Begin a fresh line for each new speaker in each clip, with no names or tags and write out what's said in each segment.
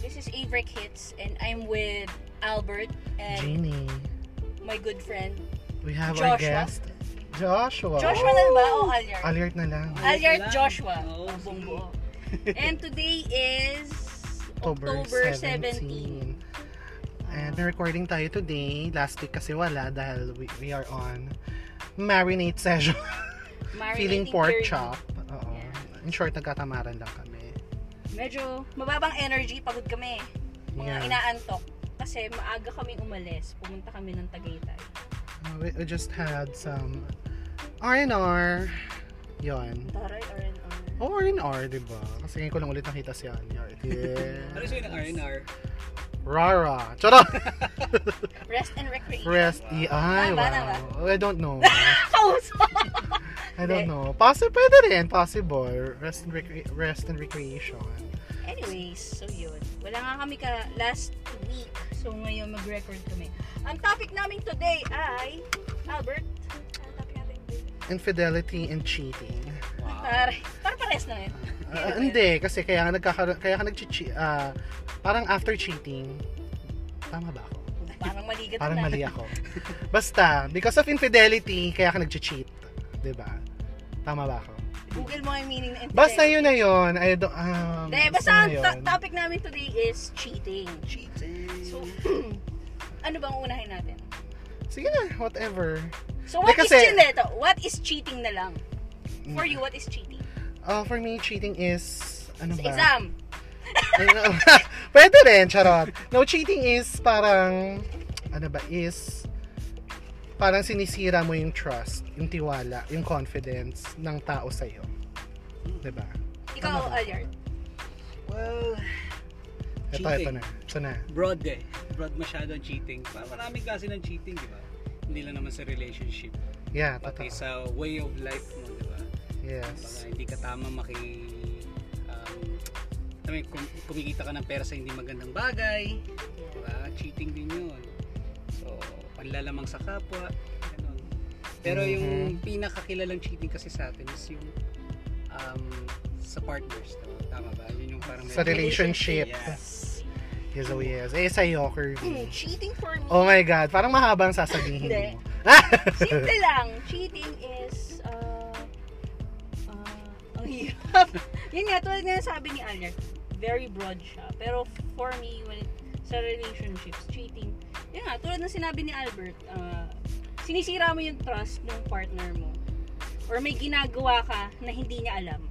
Maverick Hits and I'm with Albert and
Jeannie,
my good friend
we have our
Joshua.
guest, Joshua.
Joshua na ba o Alyard?
Alert na lang.
Alyard
Lang.
Joshua.
Oo,
Ang
sige.
bongbuo. and today is
October,
17.
17. And may recording tayo today. Last week kasi wala dahil we, we are on marinate session.
Marinating
Feeling pork
curry.
chop. Oo.
Yeah.
In short, nagkatamaran lang kami.
Medyo mababang energy, pagod kami. Mga
Yeah.
inaantok. Kasi maaga kaming umalis. Pumunta kami ng Tagaytay.
Uh, we, we just had some R&R. Yon.
Taray, R&R.
Oh, R&R, di ba? Kasi ngayon ko lang ulit nakita si Anya.
Ano
Yeah.
sa'yo ng R&R?
Rara. Charot!
Rest and recreation.
Rest. Wow. Ay,
Tama, tama.
wow. E I don't know.
Kausap!
I don't know. Possible, pwede rin. Possible. Rest and, recre- rest and recreation.
Anyways, so yun. Wala nga kami ka last week. So ngayon mag-record kami. Ang topic namin today ay Albert. Ano topic natin today?
Infidelity and cheating.
Wow.
Para, para pares na yun.
Ah, hindi, kasi kaya ka nagkakaroon, kaya ka nag-cheat, ah, parang after cheating, tama ba ako?
Parang mali ka
Parang
na.
mali ako. Basta, because of infidelity, kaya ka nag-cheat. 'Di ba? Tama ba ako?
Google mo yung meaning na
Basta
infidelity.
yun na yun. I don't, um,
Hindi, basta
yun na
ang
yun.
to- topic namin today is cheating.
Cheating.
So, ano bang unahin natin?
Sige na, whatever.
So, what is
Hindi, kasi-
cheating? Ito, what is cheating na lang? For you, what is cheating?
Uh, for me, cheating is, ano
Sa
ba?
exam.
Ano- Pwede rin, charot. No, cheating is parang, ano ba, is parang sinisira mo yung trust, yung tiwala, yung confidence ng tao sa'yo. Diba? Tama
Ikaw,
ba?
Alyard.
Well,
Ito,
Cheating.
ito na. Ito na.
broad eh. Broad masyado ang cheating. Parang maraming klase ng cheating, di ba? Hindi lang naman sa relationship.
Yeah,
Pati
totoo.
sa way of life mo, di ba? Baka
Yes.
hindi ka tama maki... Um, alam mo yun, kum- kumikita ka ng pera sa hindi magandang bagay. Di ba? Cheating din yun. So, panlalamang sa kapwa. Ganun. Pero
Mhm.
yung pinakakilalang cheating kasi sa atin is yung um, sa partners. di ba? Tama ba? Yun yung parang...
Sa relationship.
Yes.
Yes, oh yes. Eh, sa'yo,
Hmm,
Kirby.
cheating for me.
Oh my God, parang mahaba ang sasabihin
Hindi.
mo.
Simple lang. Cheating is, uh, uh, ang hirap. Yun nga, tulad nga sabi ni Alyard, very broad siya. Pero for me, when it, sa relationships, cheating, yun nga, tulad ng sinabi ni Albert, uh, sinisira mo yung trust ng partner mo. Or may ginagawa ka na hindi niya alam.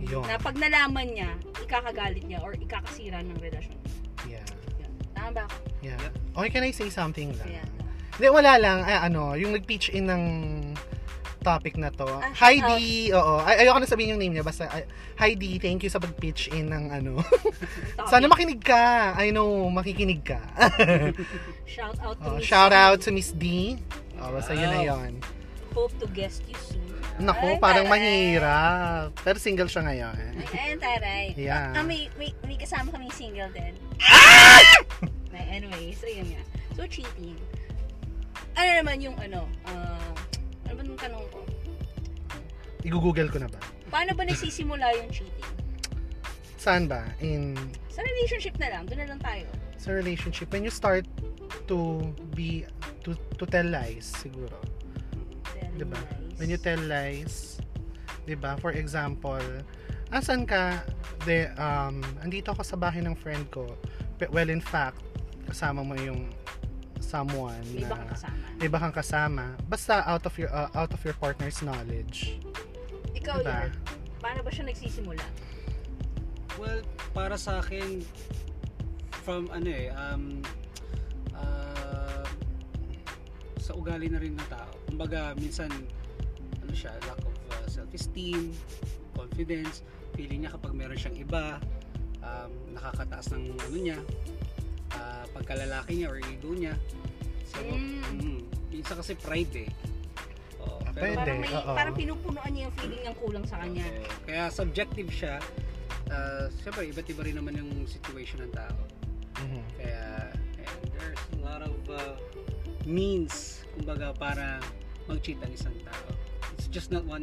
Yun.
Na pag nalaman niya, ikakagalit niya or ikakasira ng relasyon.
Yeah.
Yun. Tama ba ako?
Yeah. Okay, can I say something lang?
Ayan.
Hindi, wala lang. Ay, ano, yung nag-pitch in ng topic na to.
Ah,
Heidi, oo. Ay, ayoko na sabihin yung name niya. Basta, ay, Heidi, thank you sa pag-pitch in ng ano.
Topic.
Sana makinig ka. I know, makikinig ka.
Shout out to
Oo,
Miss
Oh, shout
Lee.
out to Miss D. Oh, basta yun na
Wow.
yun.
Hope to guest you soon. Ay,
Naku, parang
taray.
mahirap. Pero single siya ngayon.
Ay, ayun, taray.
Yeah.
Ah, may, may, may kasama kaming single din. Ah! anyway, so yun nga. So, cheating. Ano naman yung ano, ah, ano ba yung tanong ko?
Igugoogle ko na ba?
Paano ba nagsisimula yung cheating?
Saan ba? In
Sa relationship na lang, doon na lang tayo.
sa relationship, when you start to be, to, to tell lies, siguro.
Very
Diba?
nice.
when you tell lies, 'di ba? For example, asan ka? De, um, andito ako sa bahay ng friend ko. Pe- Well, in fact, kasama mo yung someone
May iba
na
kang kasama.
may iba kang kasama. Basta out of your uh, out of your partner's knowledge.
Ikaw,
diba?
Yard, paano ba siya nagsisimula?
Well, para sa akin, from ano eh, um, ah, sa ugali na rin ng tao. Kumbaga, minsan, ano siya, lack of ah, self-esteem, confidence, feeling niya kapag meron siyang iba, um, nakakataas ng ano niya, ah, pagkalalaki niya or ego niya. So,
Mm.
mm, minsan kasi pride eh. Oo,
Ah,
pero-
Hindi,
Parang, may,
oo.
parang pinupunuan niya yung feeling ng kulang sa kanya.
Oo. Kaya subjective siya. Uh, Siyempre, iba't iba rin naman yung situation ng tao.
Mhm.
Kaya, ayan, there's a lot of uh, means, kumbaga, para mag-cheat ang isang tao. It's just not one,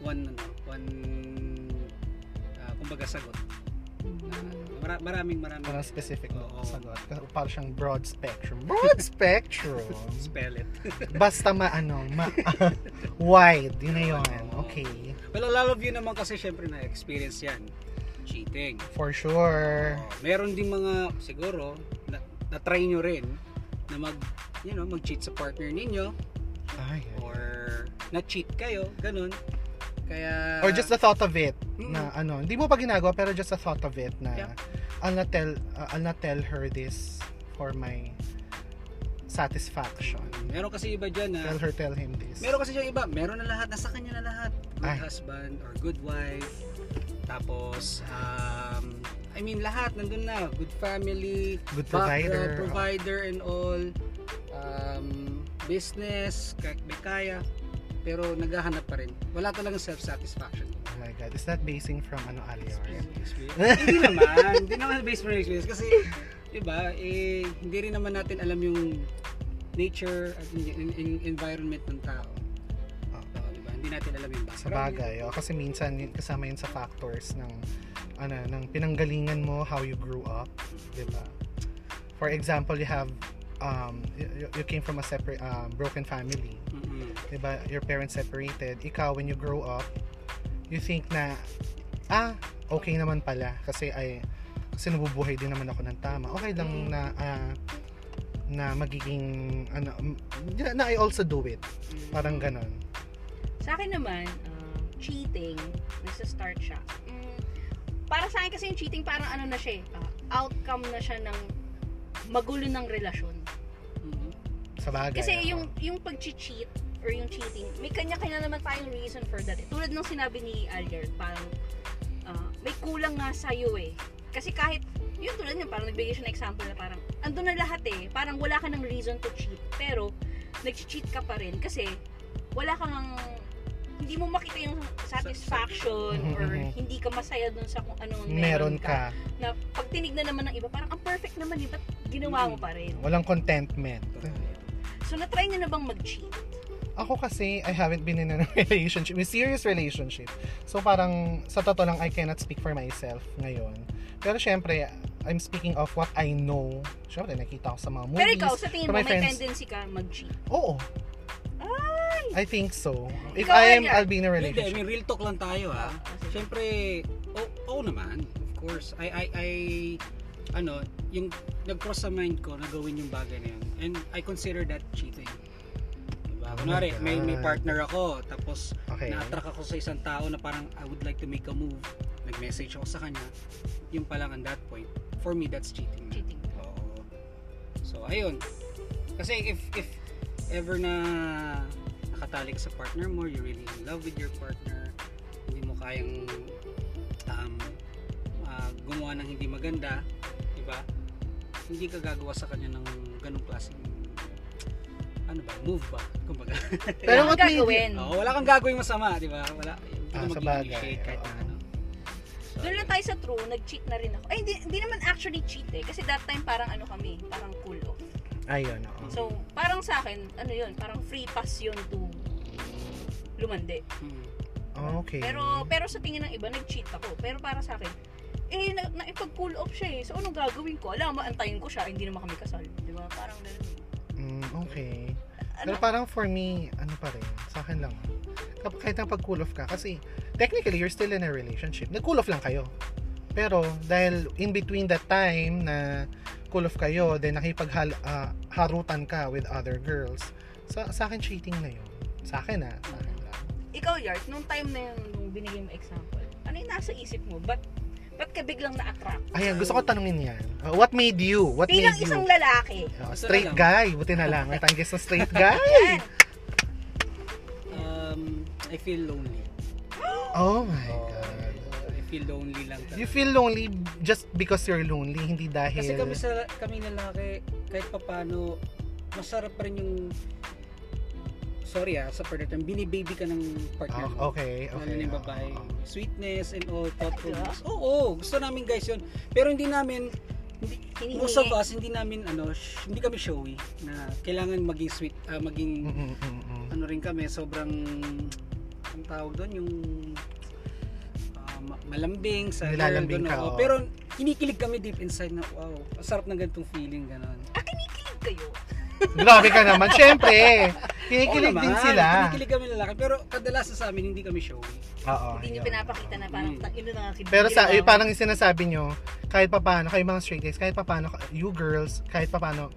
one, ano, one, uh, kumbaga, sagot. Na, mara- maraming maraming
Parang specific na
Oo.
sagot. Kasi Parang siyang broad spectrum. Broad spectrum!
spell it.
Basta maano, ma wide. Yun na yun. Okay.
Well, a lot of you naman kasi syempre na experience yan. Cheating.
For sure.
Oo. meron ding mga siguro na, na try nyo rin na mag you know, mag-cheat sa partner ninyo
Ay.
or na-cheat kayo, ganun. Kaya
Or just the thought of it.
Mm.
Na ano, hindi mo pa ginagawa pero just the thought of it na
Yeah.
I'll not tell, uh, I'll not tell her this for my satisfaction.
meron kasi iba diyan na
Tell her, tell him this.
meron kasi yung iba, meron na lahat, nasa kanya na lahat. Good
Ay.
husband or good wife. Tapos um I mean lahat nandun na, good family,
Good
provider,
provider.
provider and all um, business kahit may kaya pero naghahanap pa rin wala talagang self satisfaction
Oh my God. Is that basing from ano, Alior?
hindi naman hindi naman based on experience kasi diba eh, hindi rin naman natin alam yung nature at yung, yung- yung environment ng tao
Oo.
Oo, diba? hindi natin alam yung
Ah. Sa
background
bagay, oh, kasi minsan yun- kasama yun sa factors ng ano, ng pinanggalingan mo, how you grew up, 'di ba? For example, you have um you, you came from a separate um, broken family,
Mm-mm.
'di ba? diba, Your parents separated. Ikaw when you grow up, you think na ah, okay naman pala kasi ay kasi nabubuhay din naman ako ng tama. Okay lang
Mm.
na ah, na magiging ano m- na, na I also do it. Parang
Mm.
ganon.
Sa akin naman, uh, cheating, nagsa-start siya. Mm, para sa akin kasi yung cheating, parang ano na siya eh, uh, outcome na siya ng magulo ng relasyon.
Mm-mm.
Sa bagay.
Kasi
oh.
yung, yung pag-cheat or yung cheating, may kanya-kanya naman tayong reason for that. eh. Tulad ng sinabi ni Alger, parang ah, may kulang nga sa'yo eh. Kasi kahit, yun tulad niya, parang nagbigay siya ng example na parang, andun na lahat eh. Parang wala ka ng reason to cheat. Pero, nag-cheat ka pa rin kasi wala kang hindi mo makita yung satisfaction or
Mhm.
hindi ka masaya dun sa kung anong
meron ka.
Na pag tinignan naman ng iba, parang ang perfect naman eh, ba't ginawa
Mm-hmm.
mo pa rin?
Walang contentment.
So, na-try niyo na bang mag-cheat?
Ako kasi, I haven't been in a relationship, a serious relationship. So parang, sa totoo lang, I cannot speak for myself ngayon. Pero syempre, I'm speaking of what I know. Syempre, nakita ko sa mga movies.
Pero ikaw, sa tingin
from
mo,
my
may
friends.
tendency ka mag-cheat.
Oo. I think so. If
Ikaw,
I am,
Anya.
I'll be in a
Hindi, I
relationship.
mean, real talk lang tayo
Ah,
ha.
sige.
Siyempre, oo oh, naman, of course. I, I, I, ano, yung nag-cross sa mind ko na gawin yung bagay na yun. And I consider that cheating. Diba?
Oh
Kunwari,
my
may, may
God.
partner ako, tapos
Okay.
na-attract ako sa isang tao na parang I would like to make a move. Nag-message ako sa kanya. Yung pa lang on that point, for me, that's cheating.
Cheating.
Oo. So, ayun. Kasi if, if ever na nakatali ka sa partner mo, you're really in love with your partner, hindi mo kayang um, ah, gumawa ng hindi maganda, di ba? Hindi ka gagawa sa kanya ng ganong klaseng ano ba, move ba? Kumbaga.
Pero
Wala
what
kang
made you- Oh.
gagawin.
Oo, wala kang gagawing masama, di ba? Wala, hindi
Ah,
ka
sa
mag-initiate
bagay,
kahit na
oo.
ano. So,
Doon lang
ayun.
tayo sa true, nag-cheat na rin ako. Ay, hindi, hindi naman actually cheat eh. Kasi that time parang ano kami, parang cool off.
Ayun, oo.
So, parang sa akin, ano yun, parang free pass yun to lumande.
Mm.
Okay.
Pero pero sa tingin ng iba, nag-cheat ako. Pero para sa akin, eh, na, naipag-cool off siya eh. So, anong gagawin ko? Alam, maantayin ko siya, hindi naman kami kasal. Di ba? Parang ganun.
Mm, okay.
Ano?
Pero parang for me, ano pa rin, sa akin lang. Kap- Kahit na pag-cool off ka, kasi technically you're still in a relationship. Nag-cool off lang kayo. Pero dahil in between that time na cool off kayo, then nakipaghal ah, harutan ka with other girls, sa, sa akin cheating na yun. Sa akin ah, sa akin lang.
Ikaw, Yard, nung time na yun, nung binigay mo example, ano yung nasa isip mo? Ba't, ba't ka biglang na-attract?
Ayan, gusto ko tanungin yan. Ah, what made you? What
Bilang
made
isang
you?
lalaki.
Ah,
Gusto na
straight
lang.
guy. Buti na lang. Natangis guess na straight guy.
Yan.
Um, I feel lonely.
Oh my
Oo,
God.
I feel lonely lang talaga.
You feel lonely just because you're lonely, hindi dahil...
Kasi kami sa kami lalaki kahit papaano masarap pa rin yung sorry ah sa partner term binibaby ka ng partner
Ah,
mo.
okay, okay.
Lalo na Ano yung
oo,
babae.
oo.
Sweetness and all thoughtfulness. Oo, gusto namin guys yun. Pero hindi namin
Hinihingi.
most of us hindi namin ano sh- hindi kami showy na kailangan maging sweet ah, maging
Mm, mm, mm, mm.
ano rin kami sobrang ang tawag doon yung um, ma- malambing sa girl,
Nilalambing
ganun.
ka,
Oo,
oo.
Pero kinikilig kami deep inside na wow, ang sarap ng ganitong feeling ganun.
Ah, kinikilig kayo.
Grabe ka naman. Siyempre, kinikilig
Oo
din
naman,
sila.
Kinikilig kami lalaki pero kadalasan sa amin hindi kami showy.
Oo.
Hindi nyo
yun.
pinapakita na parang,
Mm.
"Tang- ino na nga kilig.
Pero sa, eh, parang yung sinasabi nyo, kahit papano, kayo mga straight guys, kahit papano, you girls, kahit papano,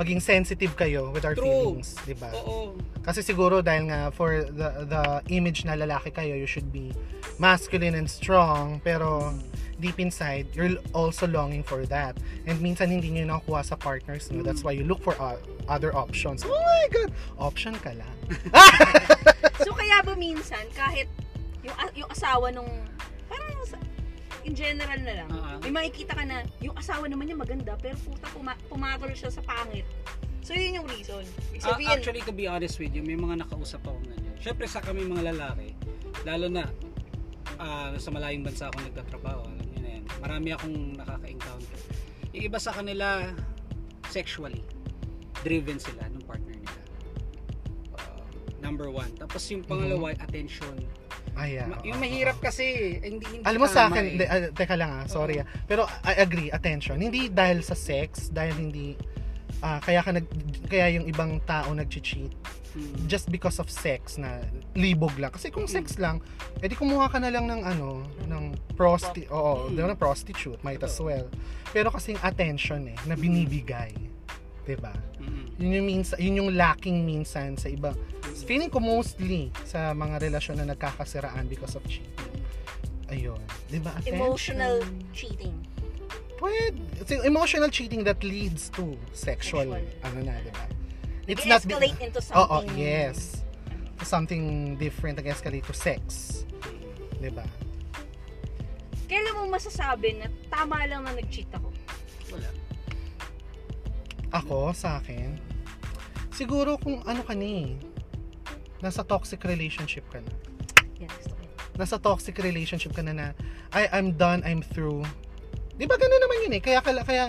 maging sensitive kayo with our
True.
feelings, di ba?
Oo.
Kasi siguro dahil nga for the the image na lalaki kayo, you should be masculine and strong, pero deep inside, you're also longing for that. And minsan hindi nyo nakukuha sa partners nyo. That's why you look for o- other options. Oh my God! Option ka lang.
so kaya ba minsan, kahit yung, a- yung asawa nung, parang sa- in general na lang,
Oo.
may makikita ka na, yung asawa naman niya maganda, pero puta, puma- pumatol siya sa pangit. So yun yung reason. Ibig
Ah,
Sabihin,
actually, to be honest with you, may mga nakausap ako na yun. Siyempre, sa kami mga lalaki, lalo na ah, sa malayong bansa ako nagtatrabaho, alam niyo na yan, marami akong nakaka-encounter. Yung iba sa kanila, sexually, driven sila ng partner nila. Ah, number one. Tapos
Mm-hmm.
yung pangalawa, attention.
Ayan.
Ma- yung mahirap kasi, eh, hindi, hindi
Ah, Alam mo sa
tama
akin,
eh.
de- ah, teka lang ah, sorry ah. Pero I agree, attention. Hindi dahil sa sex, dahil hindi ah, kaya ka nag kaya yung ibang tao nag-cheat
Mm.
just because of sex na libog lang. Kasi kung sex lang, edi kumuha ka na lang ng ano, ng prosti oo, di
Mm.
ba, ng prostitute, might as
Totoo.
well. Pero kasing attention eh, na binibigay. 'Di ba?
Mm-mm.
Yun yung minsan, yun yung lacking minsan sa iba.
mm.
Feeling ko mostly sa mga relasyon na nagkakasiraan because of cheating. Ayun. 'Di ba? attention?
emotional cheating.
Pwede. It's emotional cheating that leads to sexual,
Sexual.
ano na, di ba?
It's
the-
escalate into something.
Oo, yes. To something different, nag-escalate to sex. Di ba?
Kailan mo masasabi na tama lang na nag-cheat ako?
Wala.
Ako, sa akin, siguro kung ano ka na eh, nasa toxic relationship ka na.
Yan, gusto ko yun.
Nasa toxic relationship ka na na, I, I'm done, I'm through. Di ba ganun naman yun eh? Kaya, kaya, kaya,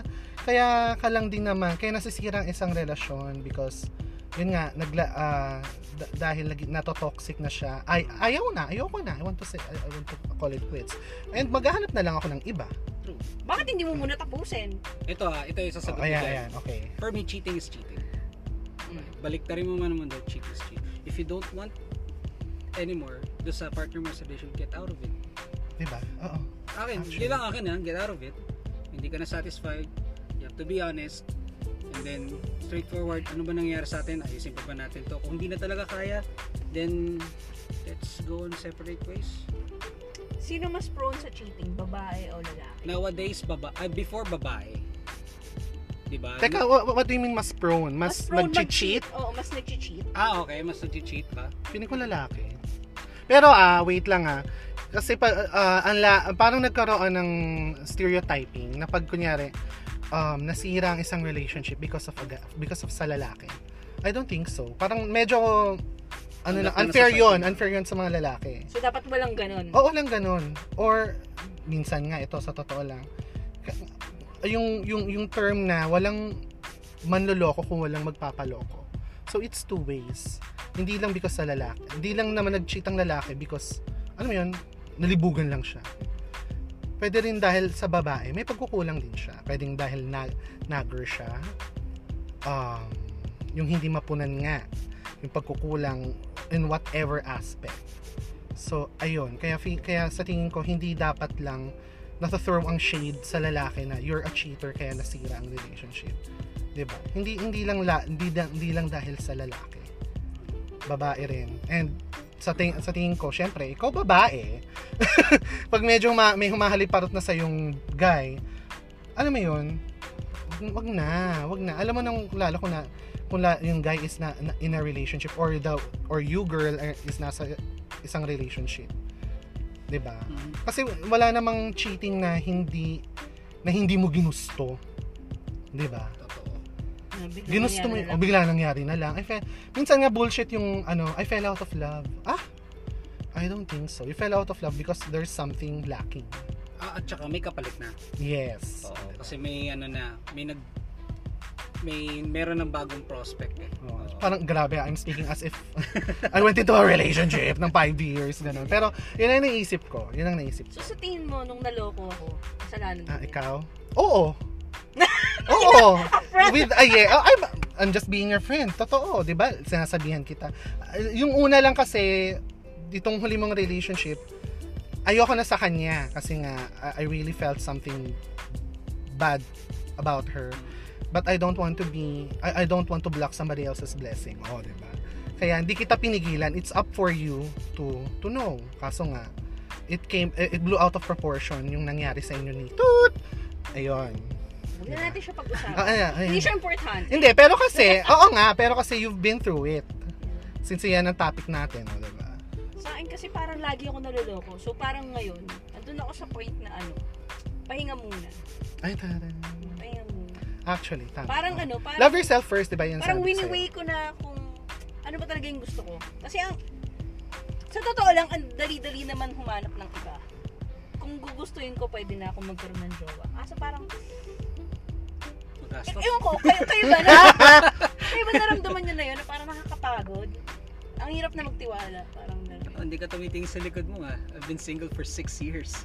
kaya ka lang din naman, kaya nasisira ang isang relasyon because yun nga, nagla, ah, da- dahil nag, nato-toxic na siya, ay, ayaw na, ayaw ko na, I want to say, I, I want to call it quits. And maghahanap na lang ako ng iba.
Bakit hindi mo muna tapusin?
Ito ah, ito yung
Oh,
sasagot ko
ayan,
dyan.
ayan, okay.
For me, cheating is cheating.
Mm.
Balik na rin mo man naman daw, cheat is cheat. If you don't want anymore, do sa partner mo sa relationship, get out of it.
Di ba? Diba? Oo.
Akin,
Actually.
hindi lang akin ha, get out of it. Hindi ka na satisfied, you have to be honest, and then straightforward, ano ba nangyari sa atin, ayusin pa ba natin to. Kung hindi na talaga kaya, then let's go on separate ways.
Sino mas prone sa cheating? Babae o lalaki?
Nowadays, baba, ah, before babae, di ba?
Teka, wha- wha- what do you mean mas prone? Mas,
prone
nag-cheat?
mag-cheat? Oo, mas nag-cheat.
Ah, okay, mas nag-cheat ka.
Feeling ko lalaki. Pero ah, wait lang ah. Kasi pa, ah, ang la- parang nagkaroon ng stereotyping na pag kunyari um, nasira ang isang relationship because of aga- because of sa lalaki. I don't think so. Parang medyo ano lang,
Ang laki na
unfair
sa
yon
fighting.
unfair yon sa mga lalaki.
So, dapat walang ganun.
Oo lang ganun. Or minsan nga ito sa totoo lang. ka- Yung yung yung term na walang manloloko kung walang magpapaloko. So it's two ways. Hindi lang because sa lalaki. Hindi lang naman nag-cheat ang lalaki because alam mo yun, nalibugan lang siya. Pwede rin dahil sa babae, may pagkukulang din siya. Pwedeng dahil na nagger siya. Um, yung hindi mapunan nga. Yung pagkukulang in whatever aspect. So, ayun. Kaya, fi- kaya sa tingin ko, hindi dapat lang nasa-throw ang shade sa lalaki na you're a cheater kaya nasira ang relationship. 'Di ba? Hindi hindi lang la, hindi, da- hindi lang dahil sa lalaki. Babae rin. And sa ting sa tingin ko, syempre, ikaw babae. Pag medyo ma- may humahaliparot na sa yung guy, alam mo 'yun? Wag na, wag na. Alam mo nang lalo ko na kung la, yung guy is na, na- in a relationship or the or you girl eh, is nasa isang relationship. 'Di ba? Kasi wala namang cheating na hindi na hindi mo ginusto. 'Di ba?
Totoo.
Grabe,
Ginusto mo
nangyari
yun.
na
O
lang.
bigla nangyari na lang. I fe- minsan nga bullshit yung ano, I fell out of love. Ah? I don't think so. You fell out of love because there's something lacking.
Ah, at saka may kapalit na.
Uh-huh.
Yes.
Oo, kasi may ano na, may nag may meron ng bagong prospect eh.
Oo.
Oo.
Parang grabe, I'm speaking as if I went into a relationship ng 5 years, ganun. Pero, yun ang naisip ko. Yun ang naisip
So
ko.
sa tingin mo, nung naloko ako, kasalanan
Ah,
yun.
ikaw? Oo. Oo.
friend.
With a yeah. Oh, I'm, I'm just being your friend. Totoo, di ba? Sinasabihan kita. Ah, Yung una lang kasi, itong huli mong relationship, ayoko na sa kanya kasi nga, I- I really felt something bad about her. But I don't want to be, I, I don't want to block somebody else's blessing. Oo, di ba? Kaya hindi kita pinigilan. It's up for you to to know. Kaso nga, it came, eh, it blew out of proportion yung nangyari sa inyo ni Toot. Ayun.
Huwag na natin siya pag-usapan.
Ah, ayan, ayan.
Hindi siya importante.
Hindi, pero kasi, oo nga, pero kasi you've been through it. Since yan ang topic natin, o, diba?
Sa akin kasi parang lagi ako naloloko. So parang ngayon, andun ako sa point na ano, pahinga muna.
Ay, tara.
Pahinga muna.
Actually, tama.
Parang ano, parang,
Ah. Love yourself first, diba yun
parang
sabi ko sa'yo?
wini-way ko na kung ano ba talaga yung gusto ko. Kasi ang, sa totoo lang, ang dali-dali naman humanap ng iba. Kung gugustuhin ko, pwede na akong magkaroon ng jowa. Kaso parang,
Ah,
Magastos.
Eh, ewan ko, kayo, kayo ba na? kayo ba naramdaman nyo na yun na parang nakakapagod? Ang hirap na magtiwala, parang gano'n.
Oh, hindi ka tumitingin sa likod mo ah. I've been single for six years.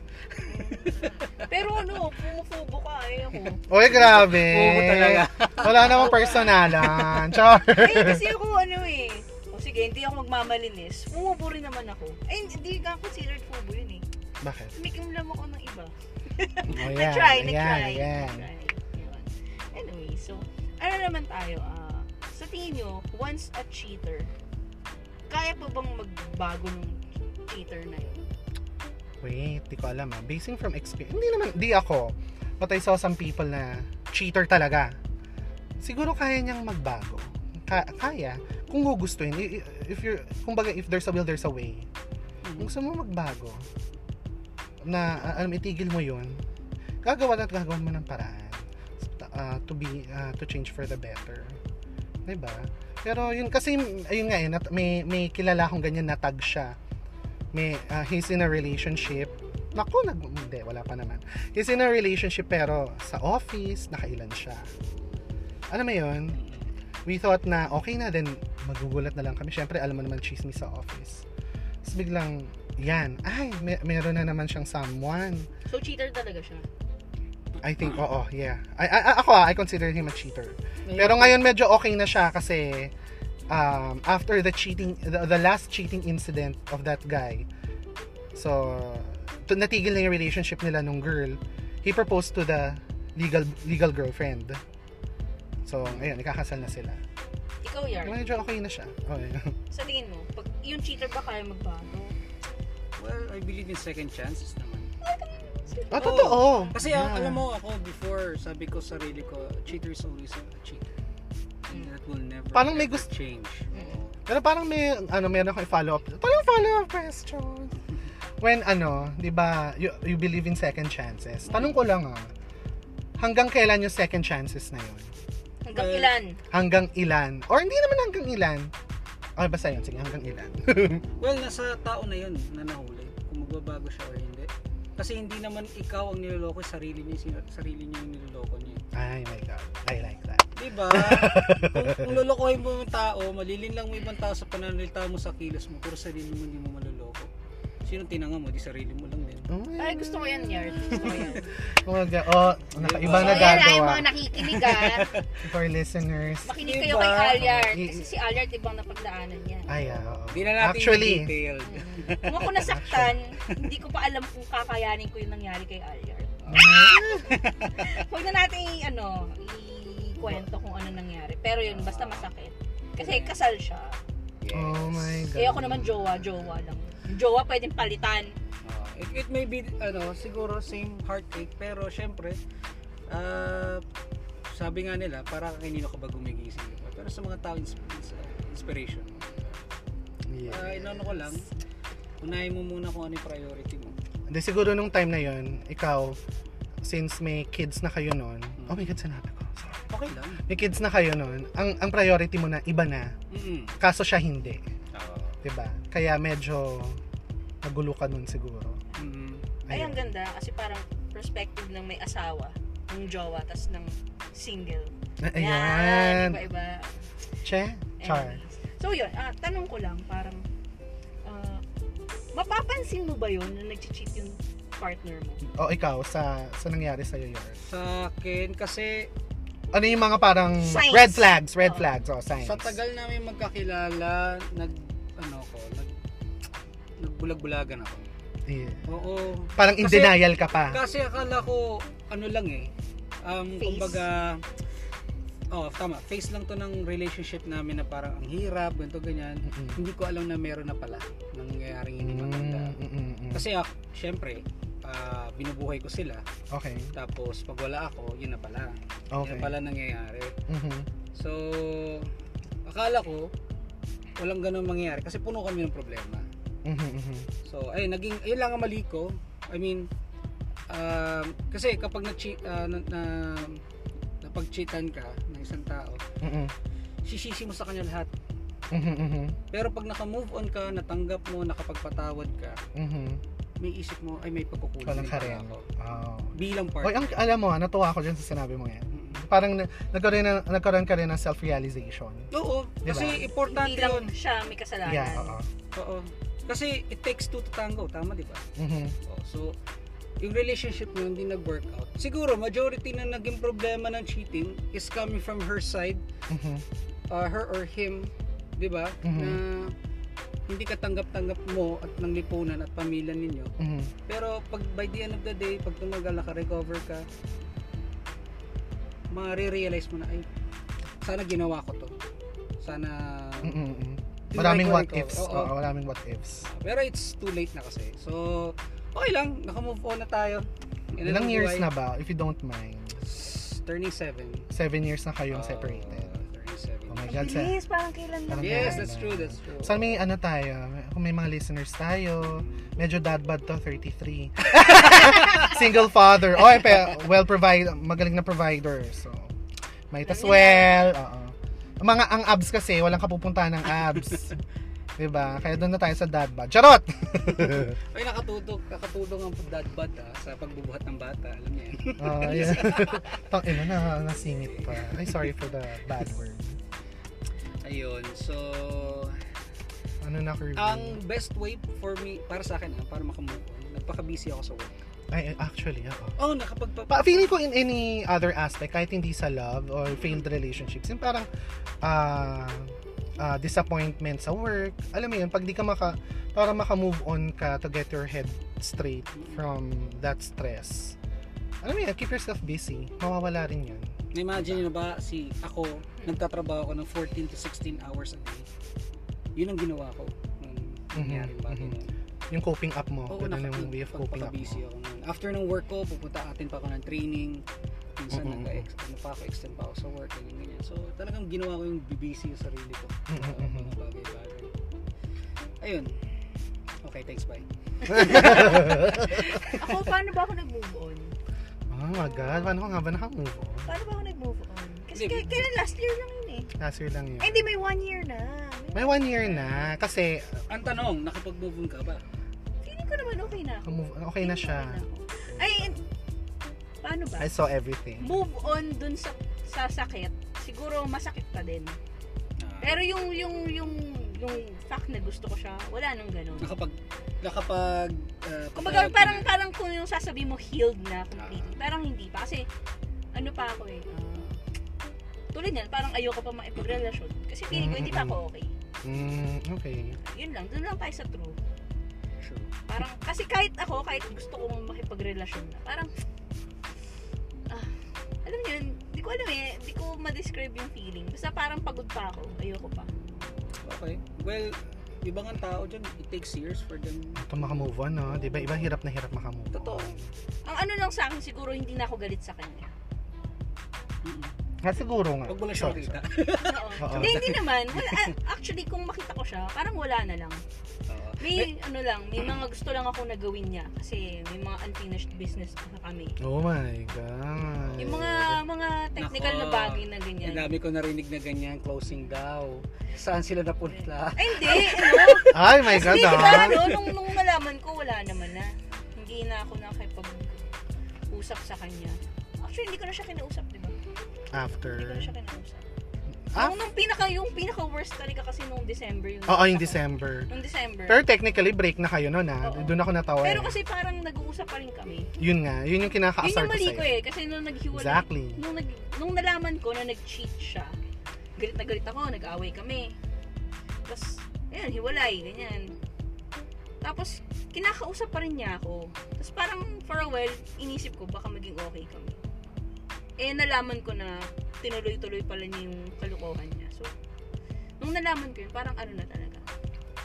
Pero ano, pumufubo ka eh ako.
Uy, grabe.
Oo talaga.
Wala namang personalan. Char.
Eh, kasi ako ano eh. O sige, hindi ako magmamalinis. Pumubo rin naman ako. Eh, hindi ka considered fubo yun eh.
Bakit?
Tumikimlam ako ng iba.
Oh,
nag-try,
ayan,
nag-try.
ayan.
nag-try. Yun. Anyway, so, ano naman tayo? ah, sa tingin nyo, once a cheater, kaya pa bang magbago ng cheater na yun?
Wait, di ko alam ah. Basing from experience. Hindi naman, di ako. But I saw some people na cheater talaga. Siguro kaya niyang magbago. Ka- kaya. Kung gugustuhin. i- i- If you're, kung baga, if there's a will, there's a way. Kung gusto mo magbago, na a- alam, itigil mo yun, gagawan at gagawan mo ng paraan Ta- ah, to be, ah, to change for the better. 'Di ba? Pero yun kasi, ayun nga eh, nat- may, may kilala akong ganyan na tag siya. May, ah, he's in a relationship. Naku, nag, hindi, wala pa naman. He's in a relationship pero sa office, nakailan siya. Alam mo yun? we thought na okay na then magugulat na lang kami syempre alam mo naman chismis sa office tapos biglang yan ay may, meron na naman siyang someone
So, cheater talaga siya.
I think oo yeah I, I, I- ako ah, I consider him a cheater pero ngayon medyo okay na siya kasi um, after the cheating the, the last cheating incident of that guy so to, natigil na yung relationship nila nung girl he proposed to the legal legal girlfriend so ayun ikakasal na sila
Ikaw, Yar,
medyo okay na siya Oh, okay
sa tingin mo, pag yung cheater ba kaya magbago?
Well, I believe in second chances naman.
Ah,
Oo.
totoo.
Kasi ah,
Yeah.
alam mo ako before, sabi ko sa sarili ko, cheater is always a cheater. And that will never
Parang may
ever
gusto-
change. Oo.
Pero parang may, ano, meron akong follow up. Parang follow up question. When, ano, di ba, you, you believe in second chances. Tanong ko lang ah, hanggang kailan yung second chances na yun?
Hanggang
Well,
ilan?
Hanggang ilan? Or hindi naman hanggang ilan. Okay, basta yun. Sige, hanggang ilan.
Well, nasa tao na yun na nahuli. Kung magbabago siya or hindi. Kasi hindi naman ikaw ang niloloko, sarili niya, sin- sarili niya yung niloloko niya.
Ay, my God. I like that.
Diba? kung, kung lolokohin mo yung tao, malilin lang mo ibang tao sa pananalita mo sa kilos mo, pero sarili mo hindi mo maloloko. Sino tinanga mo, di sarili mo lang din.
Oh, my
Ay, gusto ko yan, Yar. Gusto ko yan.
God. Oh, nakaiba
Ano
so,
na
yan ay
gagawa.
mga nakikinig, ah.
For listeners.
Makinig
Diba?
kayo kay Alyard.
Y-
Kasi si Alyard, ibang napagdaanan niya.
Ay, ah, oo.
Di na natin
Actually,
yung detailed.
Kung ako nasaktan, hindi ko pa alam kung kakayanin ko yung nangyari kay Alyard. Huwag na natin i- ano, ikwento kung ano nangyari. Pero yun, basta masakit. Kasi kasal siya.
oh my God.
Eh ako naman jowa, jowa lang. Yung Jowa pwedeng palitan.
Ah, it, it may be, ano, siguro same heartache, pero syempre, ah, sabi nga nila, para kanino ka ba gumigising? Diba? Pero sa mga tao, ins- ins- inspiration.
Yeah.
Ah, inano ko lang, unahin mo muna kung ano yung priority mo.
Hindi, siguro nung time na yon ikaw, since may kids na kayo noon, oh my God, sinabi ko. Sorry.
Okay lang.
May kids na kayo noon, ang, ang priority mo na iba na,
Mm-mm.
kaso siya hindi. 'di ba Kaya medyo nagulo ka nun siguro.
Mm-mm.
Ay,
Ayun.
ang ganda. Kasi parang perspective ng may asawa, ng jowa, tas ng single.
Ayan.
Iba-iba.
Che, char.
Anyways. So yun, ah, tanong ko lang, parang, ah, mapapansin mo ba yun na nag-cheat yung partner mo?
O ikaw, sa sa nangyari sa'yo yun?
Sa akin, kasi
Ano yung mga parang
Signs. Oh.
red flags, red
Oo.
flags, o signs.
sa tagal namin magkakilala, nag, ano ko, nag, nagbulag-bulagan ako.
Yeah.
Oo.
Parang in
Kasi-
denial ka pa.
Kasi akala ko, ano lang eh, um,
Face.
kumbaga, oh, tama, face lang to ng relationship namin na parang ang hirap, ganito, ganyan.
Mm-mm.
Hindi ko alam na meron na pala nangyayaring hindi maganda.
Mm, mm, mm, mm.
Kasi ako, syempre, ah, binubuhay ko sila.
Okay, Mm-hmm.
Tapos, pag wala ako, yun na pala.
okay.
Yun na pala nangyayari.
Mhm.
So, akala ko, walang ganun mangyayari kasi puno kami ng problema.
Mhm, mhm.
So, ay naging, ayun lang ang mali ko. I mean, um, kasi kapag na, na, na napag-cheatan ka ng isang tao,
Mhm,
sisisi mo sa kanya lahat.
mhm, mhm.
Pero pag naka-move on ka, natanggap mo, nakapagpatawad ka,
Mhm.
may isip mo, ay may pagkukulang
Walang
din
ka
pala
rin.
ako.
Oh.
Bilang
Oy,
partner.
ang, alam mo, ah, natuwa ako dyan sa sinabi mo yan.
Mm.
Parang na- nagkaroon, na, nagkaroon ka rin ng self-realization.
Oo,
Diba?
kasi importante
Hindi lang
yun.
siya may kasalanan.
Yeah, oo.
Oo. Kasi it takes two to tango, tama di ba?
Mhm.
Oh, so, yung relationship mo hindi nag-work out. Siguro, majority na naging problema ng cheating is coming from her side,
Mhm.
uh, her or him, di ba?
Mhm.
Na hindi ka tanggap-tanggap mo at ng lipunan at pamilya ninyo.
Mhm.
Pero pag by the end of the day, pag tumagal, naka-recover ka, marirealize mo na, ay, sana ginawa ko to. Sana...
Mhm, mhm.
Hindi
Maraming
ko
what
recover.
ifs.
Oo.
Oo, maraming what ifs.
Pero it's too late na kasi. So, okay lang. Naka-move on na tayo. Yan
Ilang
ang
years
buhay.
na ba, if you don't mind?
S- Uh, Turning 7.
Seven years na kayong separated.
Turning 7.
Oh my
Ang
God, sa-
bilis, parang kailan lang.
Parang
yes,
ganun.
that's true, that's true.
Saan may ano tayo, kung may mga listeners tayo, medyo dad bod to, 33. Single father. Oh, pe, well provide, magaling na provider. So, might as well. Oo. Ang Mga ang abs kasi, walang kapupuntahan ng abs. 'Di ba? Kaya doon na tayo sa dad bod. Charot!
Ay, nakatutog, nakatulong ang dad bod ah, sa pagbubuhat ng bata. Alam niya yan.
Oh, yeah. Tang ina na nasingit pa. Ay sorry for the bad word.
Ayun, so...
Ano na curvy?
Ang best way for me, para sa akin, ah, para makamove on, nagpaka-busy ako sa work.
Ay actually, oo.
Oh, nakapagpa...
Pa, feeling ko in any other aspect, kahit hindi sa love or failed relationships, yung parang ah, ah, disappointment sa work, alam mo yun, pag di ka maka, para maka-move on ka to get your head straight from that stress, alam mo yun, keep yourself busy, mawawala rin yun.
Imagine nyo na ba si ako, nagtatrabaho ako ng 14 to 16 hours a day. Yun ang ginawa ko. Nung nangyari
Mhm,
bagay
mhm.
na yun.
Yung coping up mo,
Oo,
ganun
naka-
yung way of coping up mo.
nagpapabusy ako nun. After ng work ko, pupunta atin pa ako ng training. Minsan
Mm-mm.
nag-ex- ano pa ako, extend pa ako sa work, ganyan, ganyan. So, talagang ginawa ko yung BBC yung sarili ko.
Mm-mm,
Uh,
mhm.
mga bagay-bagay. Ayun. Okay, thanks, bye.
Ako, paano ba ako nag-move on?
Oh my God, paano ko nga ba nakamove on?
Paano ba ako nag-move on? Kasi
Hindi.
k- kailan last year lang yun eh.
Last year lang yun.
Eh, di may one year na. May,
May one year na, kasi
Ang tanong, nakapag-move on ka ba?
feeling ko naman okay na ako.
nakamove on. okay na siya.
Ay, in- paano ba?
I saw everything.
Move on dun sa, sa sakit. Siguro masakit pa din.
Ah,
Pero yung, yung, yung, yung fact na gusto ko siya, wala nang ganun.
nakapag, nakapag, uh,
Kumbaga,
patawad ka
parang,
na.
parang kung yung sasabi mo healed na completely. Parang hindi pa. Kasi, ano pa ako eh. ah, tulad yan, parang ayoko pa makipagrelasyon. Kasi feeling ko, hindi pa ako okay.
Mm, okay.
Yun lang. Doon lang tayo sa true.
Sure.
Parang, kasi kahit ako, kahit gusto kong makipagrelasyon na, parang, ah, alam niyo yun, di ko alam eh, di ko ma-describe yung feeling. Basta parang pagod pa ako. Ayoko pa.
Okay. Well, ibang ang tao dyan, it takes years for them.
Ito makamove on, no? Di ba? Iba hirap na hirap makamove on.
Totoo.
Ang ano lang sa akin, siguro hindi na ako galit sa kanya.
Mm-mm.
Nga Ah, siguro nga.
Pag wala siya
Sorry,
makita.
sorry. Oo.
Oo. Hindi, hindi naman. Wala- ah, actually, kung makita ko siya, parang wala na lang.
Oo.
May ano lang, may mga gusto lang ako na gawin niya kasi may mga unfinished business pa kami.
Oh my God.
Yung mga mga technical
Nako.
na bagay na
Ang
ganyan.
dami ko narinig na ganyan, closing daw. Saan sila napunta?
Ay, hindi, ano?
Ay Oh my God,
Hindi, diba,
ah.
ano, nung, nung nalaman ko, wala naman na. Hindi na ako nakipag-usap sa kanya. Actually, hindi ko na siya kinausap, di ba? Hindi ko
After.
na siya kinausap.
Ah,
Nung, nung pinaka, yung pinaka worst talaga kasi nung December yun.
oo, yung December.
Nung December.
Pero technically, break na kayo noon ah.
Oo.
Doon ako natawa
Pero
eh.
kasi parang nag-uusap pa rin kami.
Yun nga, yun yung
Yun
kinakaasar
yung
ko
mali ko
sa'yo.
eh. Kasi nung naghiwalay,
Exactly.
nung, nag, nung nalaman ko na nag-cheat siya, galit na galit ako, nag-away kami. Tapos, ayun, hiwalay, ganyan. Tapos, kinakausap pa rin niya ako. Tapos parang for a while, inisip ko, baka maging okay kami. Eh, nalaman ko na tinuloy-tuloy pala niya yung kalukohan niya. So, nung nalaman ko yun, parang ano na talaga.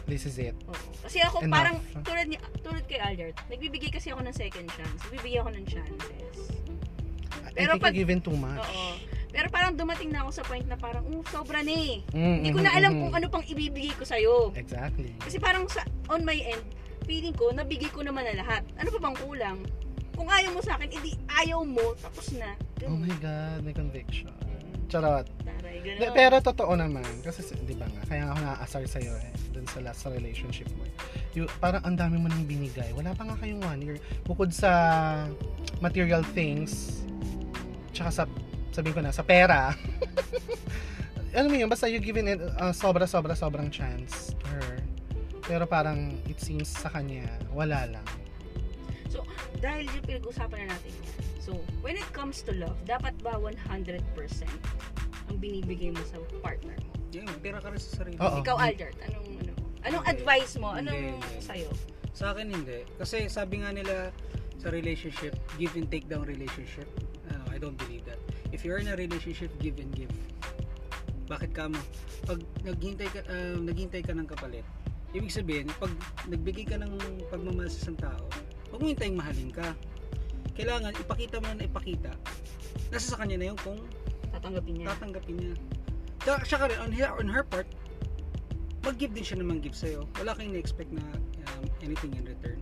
This is it.
Oo. Kasi ako
Enough.
parang tulad ni tulad kay Albert, nagbibigay kasi ako ng second chance. Nagbibigay ako ng chances.
I
Pero
think
pag-
you're given too much.
Oo. Pero parang dumating na ako sa point na parang, oh, sobra na eh.
Mm,
Hindi ko
mm,
na alam
mm,
kung
mm.
ano pang ibibigay ko sa'yo.
Exactly.
Kasi parang sa, on my end, feeling ko, nabigay ko naman na lahat. Ano pa bang kulang? Kung ayaw mo sa akin, edi ayaw mo, tapos na.
Oh
Ganun. Mm,
my God, may conviction. Charot.
Taray,
Na-
ganun.
Pero totoo naman, kasi s- di ba nga, kaya nga ako naaasar sa'yo eh, dun sa last sa relationship mo. You, parang ang dami mo nang binigay. Wala pa nga kayong one year. Bukod sa material things, tsaka sa, sabihin ko na, sa pera. alam mo yun, basta you given it uh, sobra, sobra, sobrang chance to her. Pero parang it seems sa kanya, wala lang.
Dahil yung pinag-usapan na natin yan. So, when it comes to love, dapat ba 100% ang binibigay mo sa partner mo?
Yeah, pira ka rin sa sarili.
Oo.
Ikaw, Albert, anong, ano, anong
Hindi.
advice mo? Anong
Hindi.
sa'yo?
Sa akin hindi. Kasi sabi nga nila sa relationship, give and take down relationship. Ano, I don't believe that. If you're in a relationship, give and give. Bakit ka mo? Pag naghintay ka, ah, naghintay ka ng kapalit, ibig sabihin, pag nagbigay ka ng pagmamahal sa isang tao, huwag mo hintayin mahalin ka. Kailangan, ipakita mo na na ipakita. Nasa sa kanya na yun kung
Tatanggapin niya.
tatanggapin niya. Siya, siya ka rin, on her, on her part, mag-give din siya namang give sa'yo. Wala kang na-expect na um, anything in return.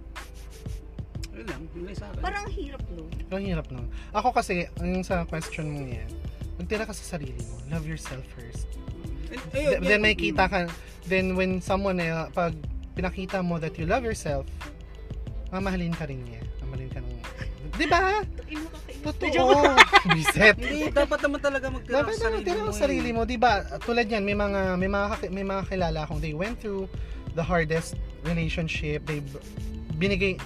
Yun lang, yun lang sa akin.
Parang hirap, no?
Ang hirap nun. Ako kasi, yung sa question mo yan, magtira ka sa sarili mo. Love yourself first.
And,
Th-
eh,
then may kita
ka.
ka then when someone eh, pag pinakita mo that you love yourself mamahalin ka rin niya mamahalin ka ng di ba
Ino ka kayo.
totoo biset
Hindi, dapat naman talaga magtira
dapat na magtira
eh.
ka sa sarili mo eh. di ba tulad yan may mga may mga kaki- may mga kilala akong they went through the hardest relationship they b- binigay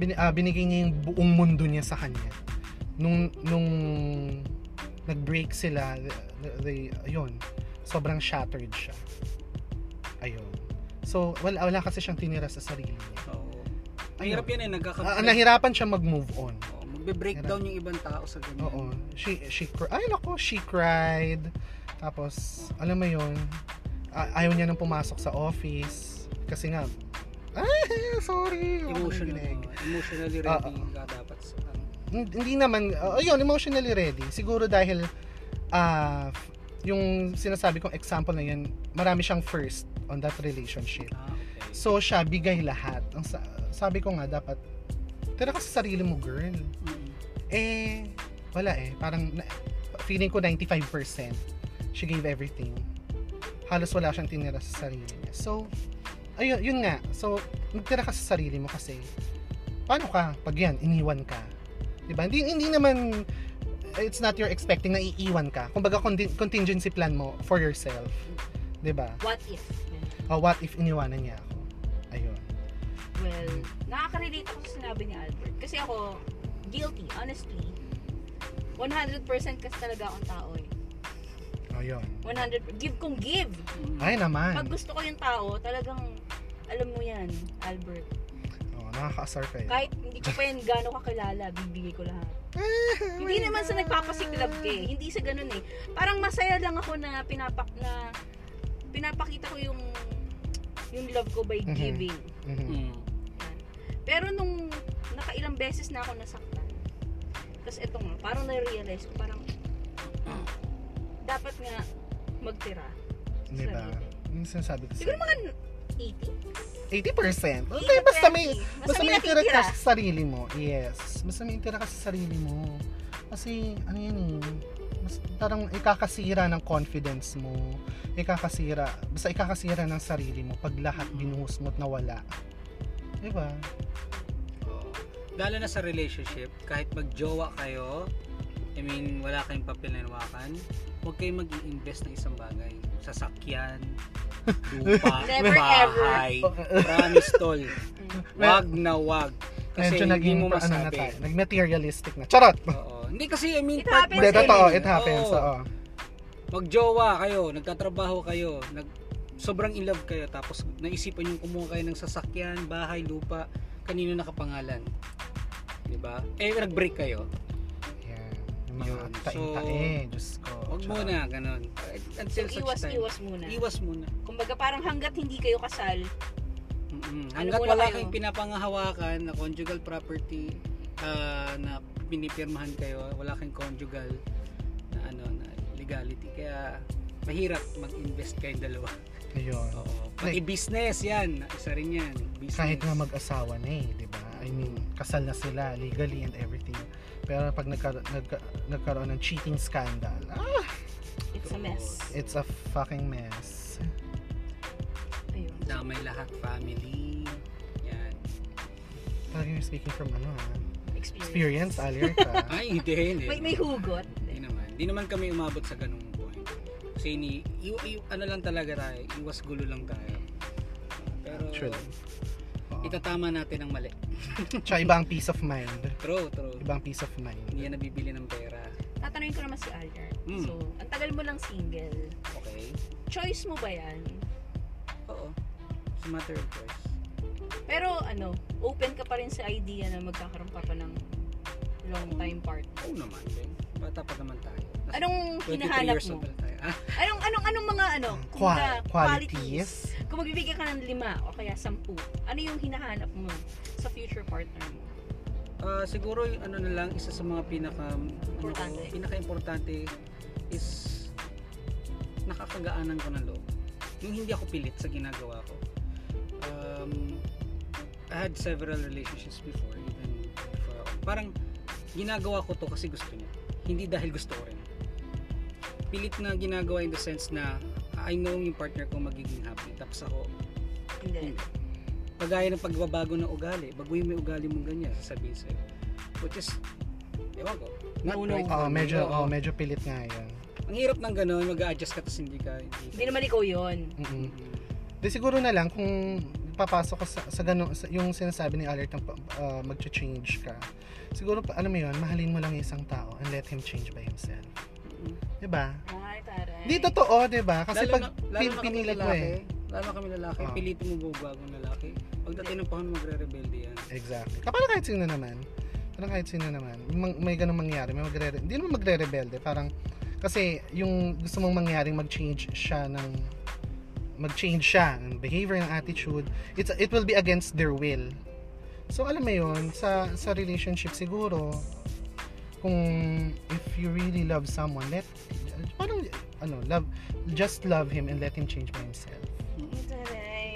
bin, ah, binigay niya yung buong mundo niya sa kanya nung nung nag-break sila they, they ayun sobrang shattered siya ayun so wala wala kasi siyang tinira sa sarili niya
Oo. Ang
Ayun.
hirap yan eh, nagkaka-
Ah, nahirapan siya mag-move on
Oo, magbe-breakdown yung ibang tao sa ganyan.
Oo. She, she, cr- ay nako, she cried. Tapos, alam mo yun, a- ayaw niya nang pumasok sa office. Kasi nga, ay, sorry. ako
Emotional,
nanginig."
oo, emotionally
Ah,
ready ka dapat sa ano.
Hin- Hindi naman, uh, ayun, emotionally ready. Siguro dahil, ah, f- yung sinasabi kong example na yun, marami siyang first on that relationship.
Ah, okay.
So, siya, bigay lahat. Ang sa- sabi ko nga, dapat, tira ka sa sarili mo, girl.
Mm-mm.
Eh, wala eh. Parang, na- feeling ko 95%. She gave everything. Halos wala siyang tinira sa sarili niya. So, ayun, yun nga. So, magtira ka sa sarili mo kasi, paano ka pag yan, iniwan ka? Diba? Hindi, hindi naman, it's not your expecting na iiwan ka. Kumbaga, conti- contingency plan mo for yourself. Diba?
What if?
Oh, what if iniwanan niya ako? Ayun.
Well, nakaka-relate ako sa sinabi ni Albert. Kasi ako, guilty, honestly. 100% kasi talaga akong tao eh.
Ayun.
100, give kong give.
Mm-mm.
Ay naman.
Pag gusto ko yung tao, talagang, alam mo yan, Albert.
Oh, nakakaasar kayo.
Kahit hindi ko pa yan gaano kakilala, bibigay ko lahat. hindi naman sa nagpapasiklab ka eh. Hindi sa ganun eh. Parang masaya lang ako na pinapak na pinapakita ko yung yung love ko by
Mhm.
giving.
Mhm.
Mm.
Yan. Pero nung nakailang beses na ako nasaktan. Tapos eto nga, parang na-realize ko parang dapat nga magtira. sa
Diba?
sarili.
Yung sinasabi ko
Siguro
sa'yo.
mga 80?
80%. Okay, basta may,
80-20.
basta may
natitira.
tira ka sa sarili mo. Yes. Basta may tira ka sa sarili mo. Kasi, ano yan eh, mas, parang ikakasira ng confidence mo. Ikakasira, basta ikakasira ng sarili mo pag lahat binuhos mo at nawala. Diba?
Oo. Lalo na sa relationship, kahit mag-jowa kayo, I mean, wala kayong papel na hinawakan, huwag kayong mag invest ng isang bagay. Sasakyan, lupa,
Never
bahay. Promise, tol.
Mm.
Wag na wag. Kasi
Medyo
hindi
naging
mo
pa- ano na
masabi.
tayo, nag-materialistic na. Charot!
Oo. Hindi kasi, I mean,
It
part-
happens
Hindi,
Pinsan
totoo,
yun.
it happens.
Oo.
Oo.
magjowa kayo, nagtatrabaho kayo, nag sobrang in love kayo tapos naisipan yung kumuha kayo ng sasakyan, bahay, lupa, kanino nakapangalan. 'Di ba? Eh nag-break kayo.
Yan. Yung Mga
Yun.
taing-tae, Diyos ko.
Huwag
Charot.
muna ganun.
So,
Until such
iwas,
time.
iwas muna.
Iwas muna.
Kumbaga parang hanggat hindi kayo kasal,
Mm-mm.
Ano
Hanggat
muna
wala
kayo?
kayong pinapangahawakan na conjugal property ah, na pinipirmahan kayo, wala kayong conjugal na ano na legality. Kaya mahirap mag-invest kayong dalawa.
Ayun.
Oo. Pati business yan. Isa rin yan. Business.
Kahit na mag-asawa na eh, di ba? I mean, kasal na sila legally and everything. Pero pag nagka- nagka- nagkaroon ng cheating scandal, ah,
it's a mess.
it's a fucking mess.
Ayun.
Damay lahat. Family. Yan.
Talagang you're speaking from ano ha?
Experience.
Experience, alerta.
Ay, hindi. Hindi,
May, may hugot.
Hindi naman. Hindi naman kami umabot sa ganung point. Kasi ni, iw, iw, ano lang talaga tayo. Iwas gulo lang tayo. Pero,
Actually. Oo.
itatama natin ang mali.
Tsaka ibang peace of mind.
True, true.
Ibang peace of mind.
Hindi yan nabibili ng pera.
Tatanungin ko naman si Alger.
Mm.
So, ang tagal mo lang single.
Okay?
Choice mo ba yan?
Oo. It's a matter of choice.
Pero ano, open ka pa rin sa idea na magkakaroon ka pa ng long time partner.
Oo oh naman. Ben. Bata pa naman tayo. Nasa
Anong
23
hinahanap
years
mo?
old pala tayo. Ah,
Anong, anong, anong mga ano?
Qua-
kumbaga,
qualities.
Kung magbibigay ka ng lima o kaya sampu, ano yung hinahanap mo sa future partner mo?
Ah, siguro yung ano na lang isa sa mga pinaka
Importante.
ano, pinaka-importante is nakakagaanan ko ng loob. Yung hindi ako pilit sa ginagawa ko. Um, I had several relationships before even before ako. Parang ginagawa ko to kasi gusto niya. Hindi dahil gusto ko rin. Pilit na ginagawa in the sense na I know yung partner ko magiging happy tapos ako
Hindi.
Hmm.
Pagaya ng pagbabago ng ugali, baguhin mo yung ugali mong ganyan, sasabihin sa'yo. Which is, ewan ko. Not
Nauunaw
right
ka.
Oo,
for me.
medyo,
Oo.
oh, medyo pilit nga yun.
Ang hirap ng ganun, mag-a-adjust ka tapos hindi ka.
Hindi naman ikaw yun.
Mm-mm.
Mm.
Di siguro na lang kung papasok ka sa, sa, gano, sa yung sinasabi ni Alert na uh, mag-change ka. Siguro, pa- alam mo yun, mahalin mo lang yung isang tao and let him change by himself.
Mm.
Diba?
Ay, taray.
Di totoo, diba? Kasi
lalo
pag
na, lalo
pin-
na kami
pinilit mo
lalaki,
eh.
lalo na kami lalaki,
Ah.
pilitin mo bago ng lalaki. Pagdating ng panahon, magre-rebelde yan.
Exactly. Ka- Parang kahit sino naman. Parang kahit sino naman. Mang- may ganun mangyari. May magre- hindi naman magre-rebelde. Parang, kasi yung gusto mong mangyaring mag-change siya ng mag-change siya ng behavior ng attitude it's it will be against their will so alam mo yun sa sa relationship siguro kung if you really love someone let parang ano love just love him and let him change by himself
Ay, taray.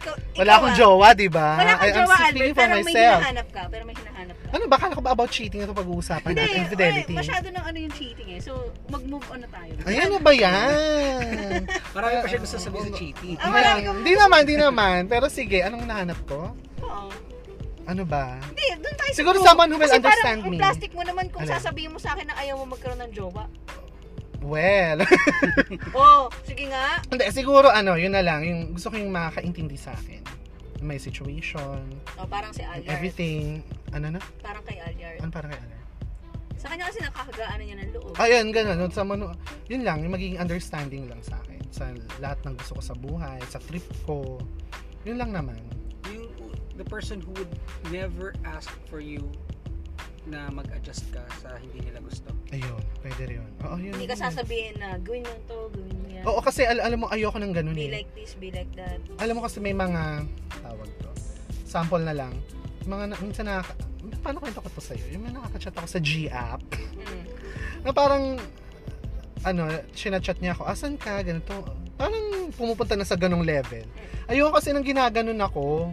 Ikaw,
wala
ikaw
akong
ah.
jowa diba
Wala kang
I-
jowa,
I'm
Albert,
speaking for
pero may
myself
hinahanap ka. Pero may hinahanap ka.
Ano ba? Kala ko ba about cheating ito pag-uusapan
Hindi,
natin? Infidelity.
okay, masyado ng ano yung cheating eh. So, mag-move on na tayo.
Ay, ano ba yan?
Marami pa
ano,
siya gusto sabihin sa cheating.
Ah, wala
Ayan. Hindi naman, hindi naman. Pero sige, anong nahanap ko?
Oo.
Ano ba?
Hindi, doon tayo
Siguro
group.
someone who will
Kasi parang,
understand
ang
me.
plastic mo naman kung
Alam.
sasabihin mo sa akin na ayaw mo magkaroon ng jowa.
Well,
Oo, oh, sige nga.
hindi, siguro ano, yun na lang. Yung gusto ko yung makakaintindi sa akin. May situation,
O, Oh, parang si
and
Alyard.
everything. Ano na?
Parang kay Alyard.
Ano parang kay Alar?
Sa kanya kasi nakakagaanan niya ng loob.
Ayun, ganun. Yung Someone, who- yun lang, yung magiging understanding lang sa akin. Sa lahat ng gusto ko sa buhay, sa trip ko. Yun lang naman.
Yung, the person who would never ask for you na mag-adjust ka sa hindi nila gusto.
Ayun, pwede rin yun. Oo, yun.
Hindi ka
yun.
sasabihin na gawin mo to, gawin mo yan.
Oo, kasi al- alam mo, ayoko ng ganun
Be
eh.
like this, be like that.
alam mo kasi may mga tawag to. Sample na lang. Mga na, minsan nakaka... Paano kwento ko to sa'yo? Yung may nakaka-chat ako sa G-app
Mm.
na parang ano, sinachat niya ako, asan ka, ganito. Parang pumupunta na sa ganong level. Ayoko kasi nang ginaganon ako.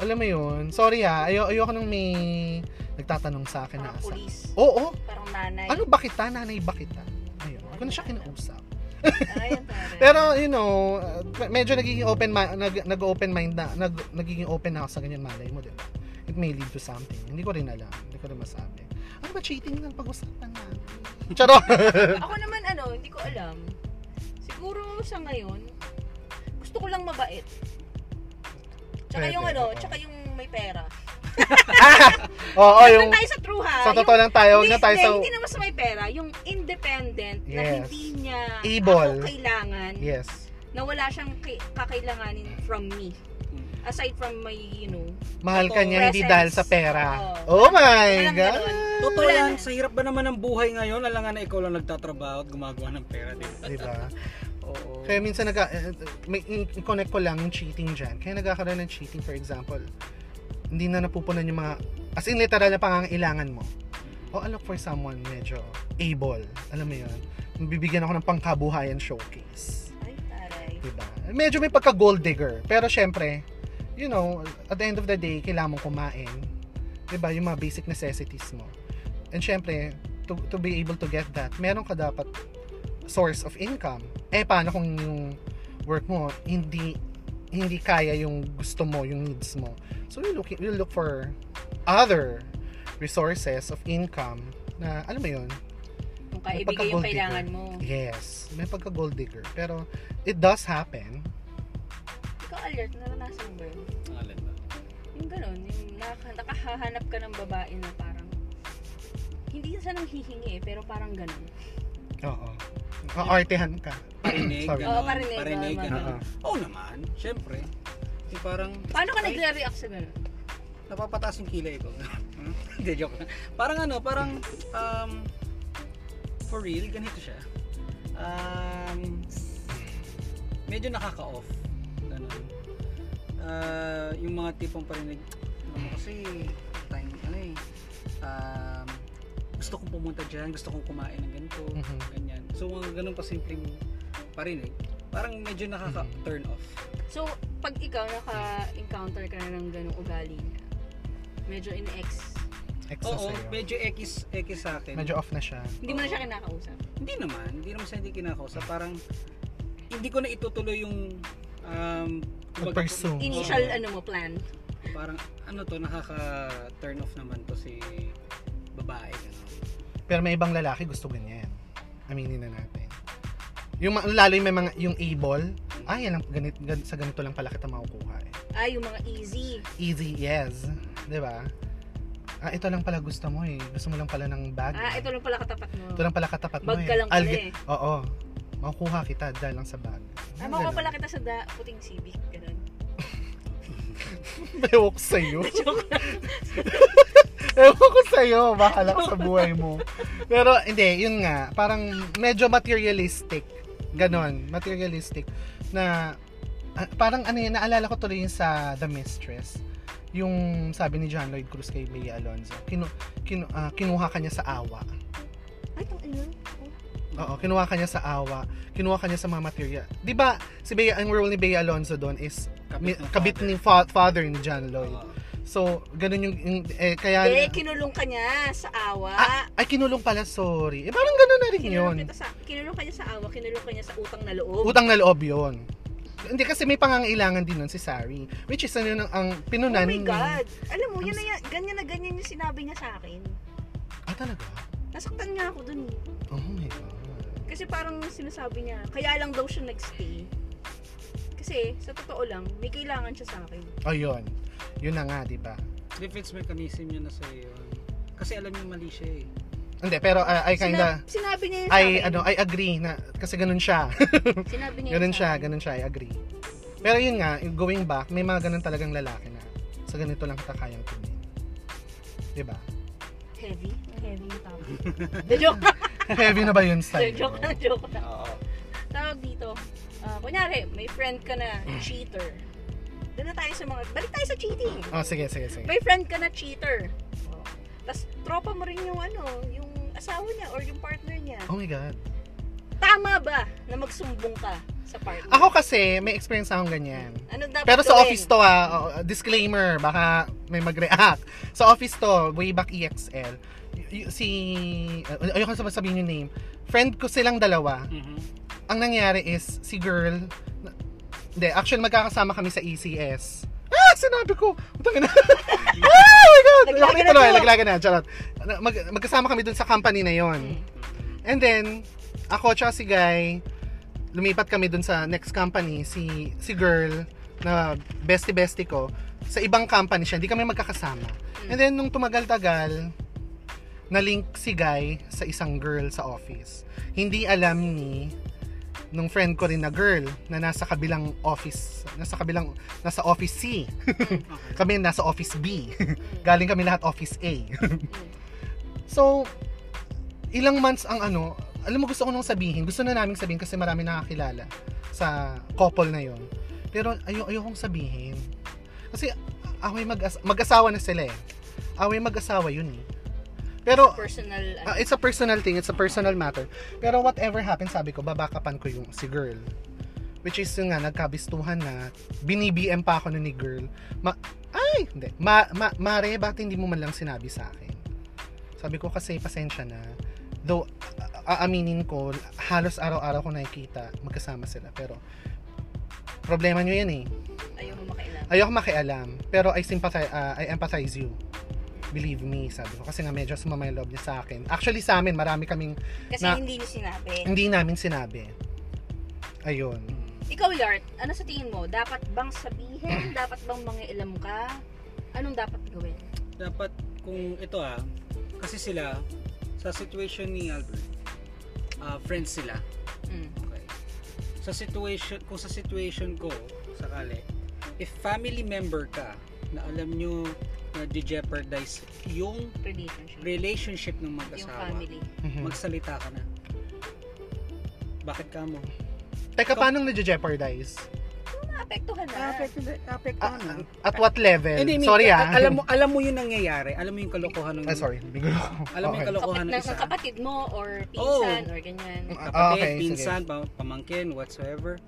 Alam mo yun? Sorry ha, ayo ayoko nang may nagtatanong sa akin na
Parang
asan.
police.
Oo,
Parang nanay.
Oh. ano ba kita? Nanay ba kita? Ayun, ako na siya kinausap.
Ayun, taray.
Pero you know, uh, medyo nagiging open mi- nag nag-open mind na nag, nagiging open na ako sa ganyan malay mo, 'di ba? it may lead to something. Hindi ko rin alam. Hindi ko rin masabi. Ano ba cheating ng pag-usapan natin? Charot!
Ako naman ano, hindi ko alam. Siguro sa ngayon, gusto ko lang mabait. Tsaka
Pwede,
yung ano,
oo.
tsaka yung may pera.
Oo,
Oh,
Ah, yung...
tayo sa true ha.
Sa
Yung-
totoo lang tayo, huwag
hindi,
na tayo
hindi,
sa...
hindi naman sa may pera. Yung independent na
Yes.
hindi niya
Able.
ako kailangan.
Yes.
Na wala siyang ki- kakailanganin from me.
Hmm.
Aside from my, you know,
Mahal ka
Totoo.
niya hindi
Presence.
dahil sa pera.
Oo.
Oh my
Walang
God!
ganun.
Totoo
Wala
lang,
na.
sa hirap ba naman ng buhay ngayon, alangan na ikaw lang nagtatrabaho at gumagawa ng pera, di ba?
Diba?
Oo.
Kaya minsan naga, eh, may i-connect ko lang yung cheating dyan. Kaya nagkakaroon ng cheating, for example, hindi na napupunan yung mga, as in literal na pangangailangan mo. O I look for someone medyo able. Alam mo yun? Bibigyan ako ng pangkabuhayan showcase.
Ay, taray.
Diba? Medyo may pagka gold digger. Pero syempre, you know, at the end of the day, kailangan mong kumain. Diba? Yung mga basic necessities mo. And syempre, to, to be able to get that, meron ka dapat source of income. Eh, paano kung yung work mo, hindi hindi kaya yung gusto mo, yung needs mo. So, you look, you look for other resources of income na, alam mo yun,
Kung kaibigay
may pagka-gold
yung
digger.
kailangan mo.
Yes, may pagka gold digger. Pero, it does happen.
Ikaw alert, naranasan mo ba yun?
Ang alin ba?
Yung ganun, yung nak- nakahahanap ka ng babae na parang hindi siya nang hihingi eh, pero parang ganun.
Oo. Kaartehan ka.
Parinig,
Sorry.
ganun.
Oo, parinig,
Parinig,
oo,
ganun.
Oo.
Oo naman, syempre. Yung parang,
Paano ka
Ay.
nagre-react sa ganun?
napapataas yung kilay ko. Hmm? Hindi, joke lang. Parang ano, parang, um, for real, ganito siya. Um, medyo nakaka-off. Ganun. Ah, yung mga tipong parinig, alam mo kasi, time, ano eh, um, gusto kong pumunta dyan, gusto kong kumain ng ganito,
Mhm.
ganyan. So, mga ganun kasimpleng parinig, parang medyo nakaka-turn off.
So, pag ikaw naka-encounter ka na ng ganung ugali niya, medyo in-ex,
Exo
Oo,
sa'yo.
medyo X, X sa akin.
Medyo off na siya.
hindi mo na
Oh.
siya kinakausap.
Hindi naman, hindi naman siya hindi kinakausap. Parang, hindi ko na itutuloy yung, um, kumbaga-
Pag-pursue.
Oo.
Initial, ano mo, plan.
Parang, ano to, nakaka-turn off naman to si babae. Ano.
Pero may ibang lalaki gusto ganyan. Aminin na natin. Yung ma- lalo yung may mga yung able, ah yan ang ganit, gan- sa ganito lang pala kita makukuha eh.
Ah, yung mga easy.
Easy yes, 'di ba? Ah ito lang pala gusto mo eh. Gusto mo lang pala ng bag.
Ah, ito lang pala katapat mo.
Ito lang pala katapat mo
Bag
eh.
ka lang pala
I'll get-
eh.
Oo. Makukuha kita dahil lang sa bag.
Ah, makuha
Ganun.
pala kita sa da, puting civic. Ganun.
Bewok sa'yo. Ewan ko sa'yo, bahala ka sa buhay mo. Pero hindi, yun nga, parang medyo materialistic. Ganon, materialistic. Na ah, parang ano yun, naalala ko tuloy yun sa The Mistress. Yung sabi ni John Lloyd Cruz kay Bea Alonzo, kinu, kinu, ah, kinuha kanya sa awa.
Ay, itong ano?
Oo, kinuha kanya sa awa, kinuha kanya sa mga material. 'Di ba? Si Bea, ang role ni Bea Alonzo doon is mi-
ng
kabit
father.
ni fa- father ni John Lloyd.
Oo.
So, ganun yung, yung- eh, kaya...
Eh, kinulong ka niya sa awa.
Ah, ay, kinulong pala, sorry. Eh, parang ganun na rin yun.
Kinulong, kita sa, kinulong ka niya sa awa, kinulong ka niya sa utang na loob.
Utang na loob yun. Hindi, kasi may pangangailangan din nun si Sari. Which is, ano yun, ang, ang
oh
pinunan
my
ni-
God! Alam mo, yan na yan, ganyan na ganyan yung sinabi niya sa akin.
Ah, talaga?
Nasaktan nga ako dun eh.
Oh my God.
Kasi parang sinasabi niya, kaya lang daw siya nagstay. Kasi, sa totoo lang, may kailangan siya sa akin.
Oh, yun. Yun na nga, di ba?
Defense mechanism yun na sa'yo yun. Kasi alam niya mali siya eh.
Hindi, pero ah, I
Sina-
kinda...
sinabi niya yun sa
I,
akin.
ano, I agree na, kasi ganun siya.
sinabi niya yun
ganun
sa
siya,
akin.
ganun siya, I agree. Pero yun nga, going back, may mga ganun talagang lalaki na sa ganito lang kita kayang kunin. Di ba?
Heavy? Heavy yung topic. The joke lang.
Heavy na ba yun
The
style?
joke lang, joke lang.
Oo.
Tawag dito, ah, kunyari, may friend ka na cheater. Doon na tayo sa mga, balik tayo sa cheating.
Oh, sige, sige, sige.
May friend ka na cheater. Tapos, tropa mo rin yung ano, yung asawa niya or yung partner niya.
Oh my God.
Tama ba na magsumbong ka sa partner?
Ako kasi, may experience akong ganyan.
ano dapat
Pero sa
gawin?
office to ah, oh, disclaimer, baka may mag-react. Sa office to, way back EXL, y- y- si, uh, ayoko na sabihin yung name, friend ko silang dalawa.
Mhm.
Ang nangyari is, si girl, na- E hindi, actually magkakasama kami sa ECS. Ah, sinabi ko, utang ina.
Laglagan
Laglagan
na
na
to.
Laglagan na. Charot. Na- Mag, magkasama kami dun sa company na
Mm.
yon. And then, ako tsaka si Guy, lumipat kami dun sa next company, si si girl na bestie-bestie ko, sa ibang company siya, hindi kami magkakasama. And then, nung tumagal-tagal, na-link si Guy sa isang girl sa office. Hindi alam ni nung friend ko rin na girl na nasa kabilang office, nasa kabilang, nasa office C.
Okay.
Kami nasa office B. Galing kami lahat office A. So, ilang months ang ano, alam mo gusto ko nung sabihin, gusto na naming sabihin kasi marami nakakilala sa couple na yon. Pero ayo ayokong sabihin. Kasi away mag mag-asawa na sila eh. Away mag-asawa yun eh. Pero
Personal,
ah,
ano,
it's a personal thing, it's a personal matter. Pero whatever happens, sabi ko, babakapan ko yung si girl. Which is yung nga, nagkabistuhan na, binibm pa ako nun ni girl. Ma- Ay, hindi. Ma- ma- Mare, bakit hindi mo man lang sinabi sa akin? Sabi ko kasi, pasensya na. Though, a- a- aaminin ko, halos araw-araw ko nakikita, magkasama sila. Pero, problema nyo yan eh
ayaw mo makialam.
ayoko makialam, pero I sympathize, ah, I empathize you. Believe me, sabi ko. Kasi nga medyo sumama yung love niya sa akin. Actually sa amin, marami kaming
Kasi
na-
hindi niyo sinabi.
hindi namin sinabi. Ayun.
Ikaw, Lart, ano sa tingin mo? Dapat bang sabihin? dapat bang mangialam ka? Anong dapat gawin?
Dapat kung ito ah, kasi sila, sa situation ni Albert, ah, friends sila.
Mm.
Okay. Sa situation, kung sa situation ko, sakali, if family member ka, na alam nyo na jeopardize yung
Relationship.
relationship ng
yung
mag-asawa,
family.
Mhm.
magsalita ka na. Bakit ka mo?
Teka, paano nagje-jeopardize?
Naapektuhan na.
Ah, at what level?
Hindi, I mean,
sorry ah.
a- Alam mo, alam mo yung nangyayari. Alam mo yung kalokohan ng...
Ah, sorry. Bigulo ko.
Alam mo yung
Okay.
kalokohan ng
Kapit, ng
isa. Oh.
kapatid mo or pinsan or ganyan.
Mm.
kapatid,
Ah, okay, sige.
pinsan, pa- pamangkin, whatsoever.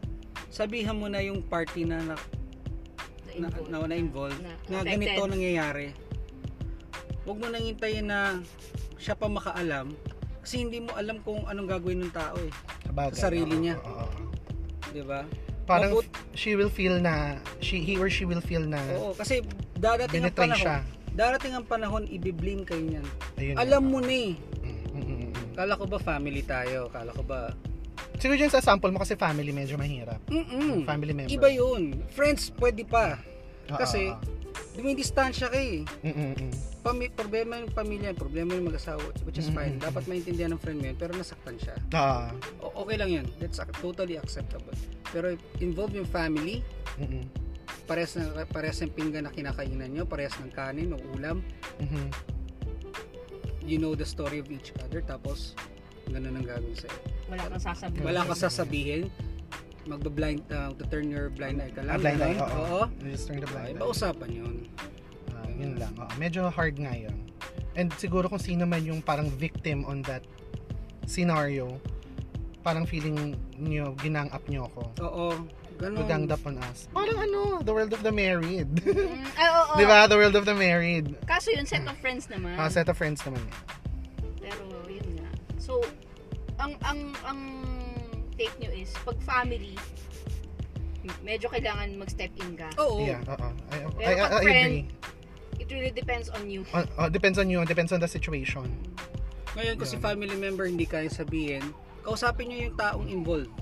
Sabihan mo na yung party na na, na, na, na involved na,
affected.
ganito nangyayari. Huwag mo nang hintayin na siya pa makaalam kasi hindi mo alam kung anong gagawin ng tao eh.
Sabagay.
Sa sarili
Oo,
niya.
oo, oo.
Di ba?
Parang
Mabut-
she will feel na, she, he or she will feel na,
Oo, kasi darating ang
binetray
panahon.
siya.
Darating ang panahon, ibiblame kayo niyan.
Ayun.
Alam mo na eh.
Mm, mm, mm, mm.
Kala ko ba family tayo? Kala ko ba...
Siguro yung sa sample mo kasi family medyo mahirap.
Mm-mm.
Family member.
Hmm, Iba yun. Friends, pwede pa.
Oo,
Kasi,
oo,
dumidistansya ka eh.
oo. ah, Mm, mm, mm.
Pami- problema yung pamilya, problema yung mag-asawa, which is fine.
Mm-mm.
Dapat maintindihan ng friend mo yun, pero nasaktan siya.
Ah.
O- okay lang yun. That's ac- totally acceptable. Pero if involve yung family,
Mm-mm.
pares, na, pares ng pinggan na kinakainan nyo, pares ng kanin o ulam,
Mhm.
Mm-hmm. you know the story of each other, tapos ganun ang gagawin sa'yo.
Wala kang sasabihin.
Wala kang sasabihin, magbablind, uh, to turn your blind eye ka
Ah,
lang.
blind eye,
ganun.
oo.
Oo.
Just turn the blind
Ay,
eye.
pausapan yun.
Ah, yun lang. Oo, medyo hard nga yun. And siguro kung sino man yung parang victim on that scenario, parang feeling nyo, ginang up nyo ako.
Oo.
You
Ganun.
ganged up on us. Parang ano, the world of the married.
Mm, ah, oo, oo.
Di ba? The world of the married.
Kaso yun, set of friends naman.
Ah, set of friends naman yun.
Pero yun nga. So, ang ang ang take nyo is, pag family, medyo kailangan mag-step in ka.
Oo.
Yeah, oo. I, I,
Pero
I,
pag
I
friend-
agree.
It really depends on you.
Oh, oh, depends on you, depends on the situation.
Ngayon, kung si
Yun.
family member hindi kaya sabihin, kausapin nyo yung taong involved.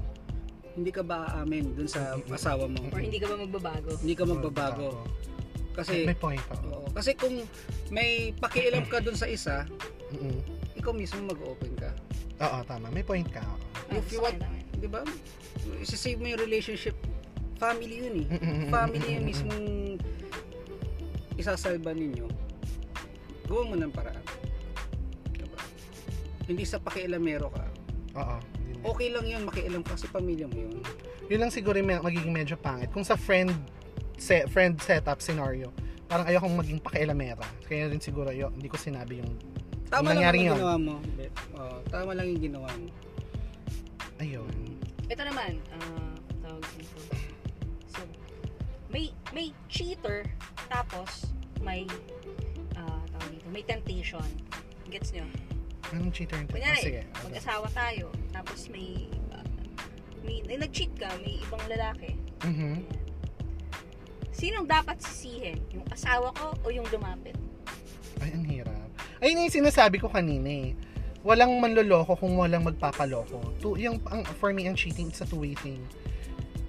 Hindi ka ba aamin dun sa
Mm-hmm.
asawa mo?
Or hindi ka ba magbabago?
Hindi ka magbabago. Kasi,
Mm-hmm. May point pa.
oo, kasi kung may pakialam ka dun sa isa,
Mm-mm.
ikaw mismo mag-open ka.
Oo, tama. May point ka. oo.
Ah,
If you
gusto
want-
ko yun.
Di ba? Isasave mo yung relationship. Family yun eh.
Mm-mm,
Family
mm-mm,
yung
mm-mm.
mismong isasalba ninyo. Gawa mo ng paraan. Diba? Hindi sa pakialamero ka.
Oo. yun na.
Okay lang yun, makialam ka sa pamilya mo yun.
yun lang siguro yung me- magiging medyo pangit. Kung sa friend se- friend setup scenario, parang ayokong maging pakialamera. Kaya rin siguro ayo, hindi ko sinabi yung Yung
Tama lang
nangyari
ang
yun.
ginawa mo. Oo, tama lang yung ginawa mo.
ayun.
Ito naman, ah, tawag dito. So, may, may cheater, tapos may, ah, tawag dito, may temptation. Gets nyo?
Anong cheater yung
Kunyari,
Sige.
mag-asawa tayo, tapos may, ah, may, eh, nag-cheat ka, may ibang lalaki.
Mhm.
Ayan. Sinong dapat sisihin? Yung asawa ko o yung lumapit?
Ayun na yung sinasabi ko kanina eh. Walang manloloko kung walang magpapaloko. To, yung, ang, for me, ang cheating, it's a two-way thing.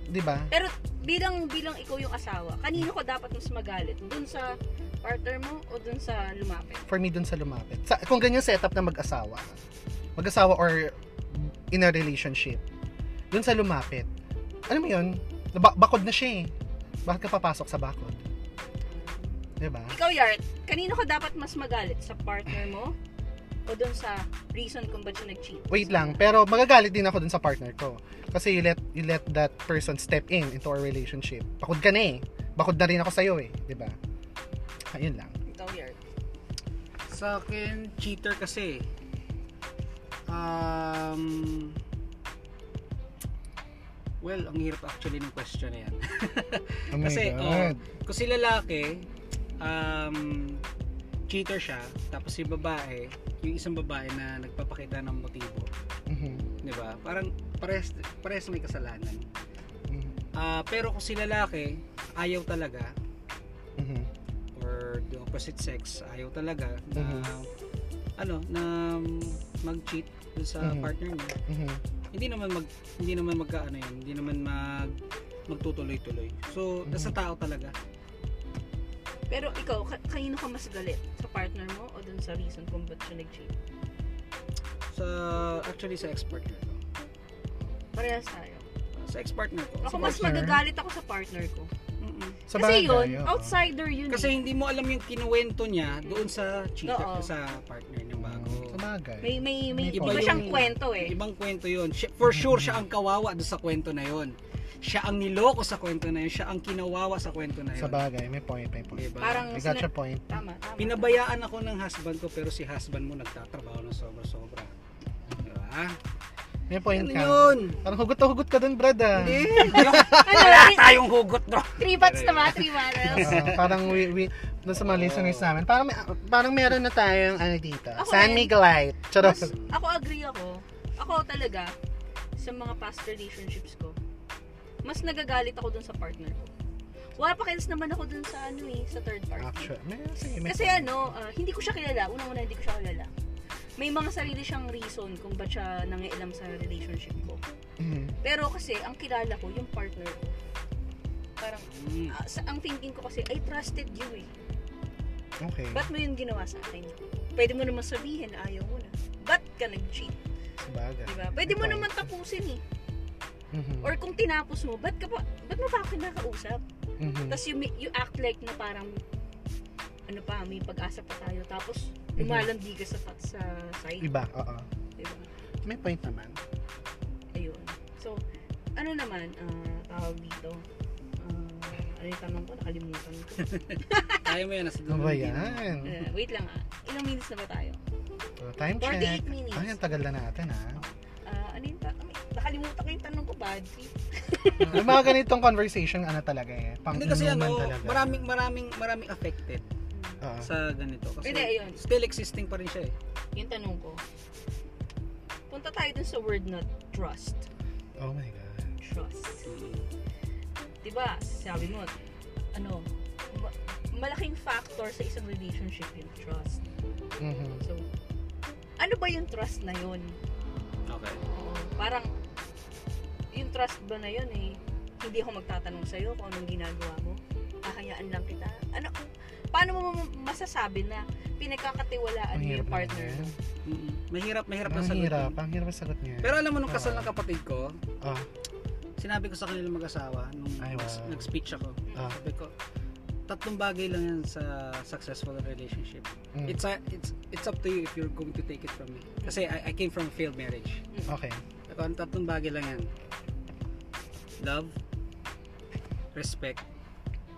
Di ba?
Pero bilang bilang ikaw yung asawa, kanino ka dapat mas magalit? Doon sa partner mo o doon sa lumapit?
For me, dun sa lumapit. Sa, kung ganyan setup na mag-asawa. Mag-asawa or in a relationship. Dun sa lumapit. Alam mo yun? Ba- bakod na siya eh. Bakit ka papasok sa bakod? Diba? Di
Ikaw,
ba?
Yart, kanino ka dapat mas magalit? Sa partner mo o doon sa reason kung ba't siya nag-cheat?
wait lang, pero magagalit din ako dun sa partner ko. Kasi you let, you let that person step in into our relationship. Bakod ka na eh. Bakod na rin ako sa'yo eh. 'Di ba? Ayun lang.
Ikaw, Yart.
Sa akin, cheater kasi. Um, well, ang hirap actually ng question na yan.
Oh my
Kasi,
God.
Kung si lalaki, um, cheater siya, tapos si babae, yung isang babae na nagpapakita ng motibo,
Mhm,
di ba? Parang pares, pares may kasalanan.
mhm,
Ah, pero kung si lalaki, ayaw talaga,
mhm.
or the opposite sex ayaw talaga na
Mhm.
ano na mag-cheat dun sa
Mhm.
partner niya
mhm.
hindi naman mag hindi naman magkaano yun hindi naman mag magtutuloy-tuloy so
Mhm.
nasa tao talaga
Pero ikaw, ka- kanino ka mas galit? Sa partner mo o doon sa reason kung ba't siya nag-cheat?
sa actually sa ex-partner ko
Parehas tayo.
sa ex-partner ko
Ako
Sa
mas
partner?
magagalit ako sa partner ko.
Mm-mm.
Sa
Kasi
bagay, oh.
yun,
oo.
outsider yun.
kasi
eh.
hindi mo alam yung kinuwento niya doon sa cheater
Oo.
sa partner niya bago
Sa bagay.
may may may
May
iba,
point.
siyang kwento eh.
ibang kwento yun Siya- for sure siya ang kawawa doon sa kwento na yun siya ang niloko sa kwento na yun siya ang kinawawa sa kwento na yun
Sa bagay, may point, may point.
Diba?
Parang
I got
sina-
your point.
tama, tama.
Pinabayaan ako ng husband ko pero si husband mo nagtatrabaho ng sobra-sobra. Diba?
May point
Ano
ka.
yun?
Parang hugot na hugot ka dun, brad ah.
Hindi.
Ano,
Wala
three-
tayong hugot, bro.
three bats naman, three models.
Oo, parang we, we, dun sa mga
Oo.
listeners namin, parang, may- parang meron na tayong ano dito.
Ako rin.
San Miguel Light. Charot.
Mas- ako agree ako. Ako talaga, sa mga past relationships ko, mas nagagalit ako dun sa partner ko. Wala pa kailas naman ako dun sa ano eh, sa third party.
Actually, may, sige, may
Kasi
point.
ano, ah, hindi ko siya kilala. Unang-una hindi ko siya kilala. May mga sarili siyang reason kung ba't siya nangialam sa relationship ko.
Mhm.
Pero kasi, ang kilala ko, yung partner ko. Parang,
Mm.
ah, sa, ang thinking ko kasi, I trusted you eh.
Okay.
Ba't mo yung ginawa sa akin? Pwede mo naman sabihin na ayaw mo na. Ba't ka nag-cheat?
Sabagay.
Diba? Pwede mo
Okay.
naman tapusin eh.
Mhm.
Or kung tinapos mo, ba't, ka pa, ba't mo pa ako kinakausap?
Mhm.
Tapos you, ma- you act like na parang, ano pa, may pag-asa pa tayo. Tapos,
Mhm.
lumalandi ka sa, pa- sa side.
Iba, oo.
Diba?
May point naman.
Ayun. So, ano naman, ah, tawag dito? Ah, ano yung tanong ko? Nakalimutan ko.
Kaya mo yan. Nasa
Ano ba
dulo.
yan?
Eh, wait lang ah. Ilang minutes na ba tayo?
So, time check.
48 minutes.
Ay, ang tagal na natin ha.
Ah, ano yung tanong? Nakalimutan ko yung tanong ko, buddy.
Yung mga ganitong conversation, ano talaga eh. Pang
Hindi kasi ano,
talaga.
maraming maraming maraming affected
Oo.
sa ganito kasi
Hindi, ayun.
still existing pa rin siya eh.
Yung tanong ko. Punta tayo dun sa word na trust.
oh my God.
Trust. diba, sabi mo, ano, ma- malaking factor sa isang relationship yung trust.
Mhm.
So, ano ba yung trust na yun?
Okay.
Oo, parang, yung trust ba na yun eh, hindi ako magtatanong sa'yo kung anong ginagawa mo. Hahayaan lang kita. Ano, paano mo masasabi na pinagkakatiwalaan
Ang
mo
hirap
Ano
Ah,
yung
naman
partner
yan.
mo?
Mm. Mahirap, mahirap na
Ang
sagutin.
hirap. Ang hirap ang sagot niya.
Pero alam mo nung kasal
Oo.
ng kapatid ko,
Ah,
sinabi ko sa kanila mag-asawa nung
Ay, wow.
nag-speech ako.
Hmm,
ah,
Sabi ko, tatlong bagay lang yan sa successful relationship.
mm.
It's a, it's it's up to you if you're going to take it from me. Kasi I, I came from a failed marriage.
Okay.
Ako, ang tatlong bagay lang yan. Love, respect,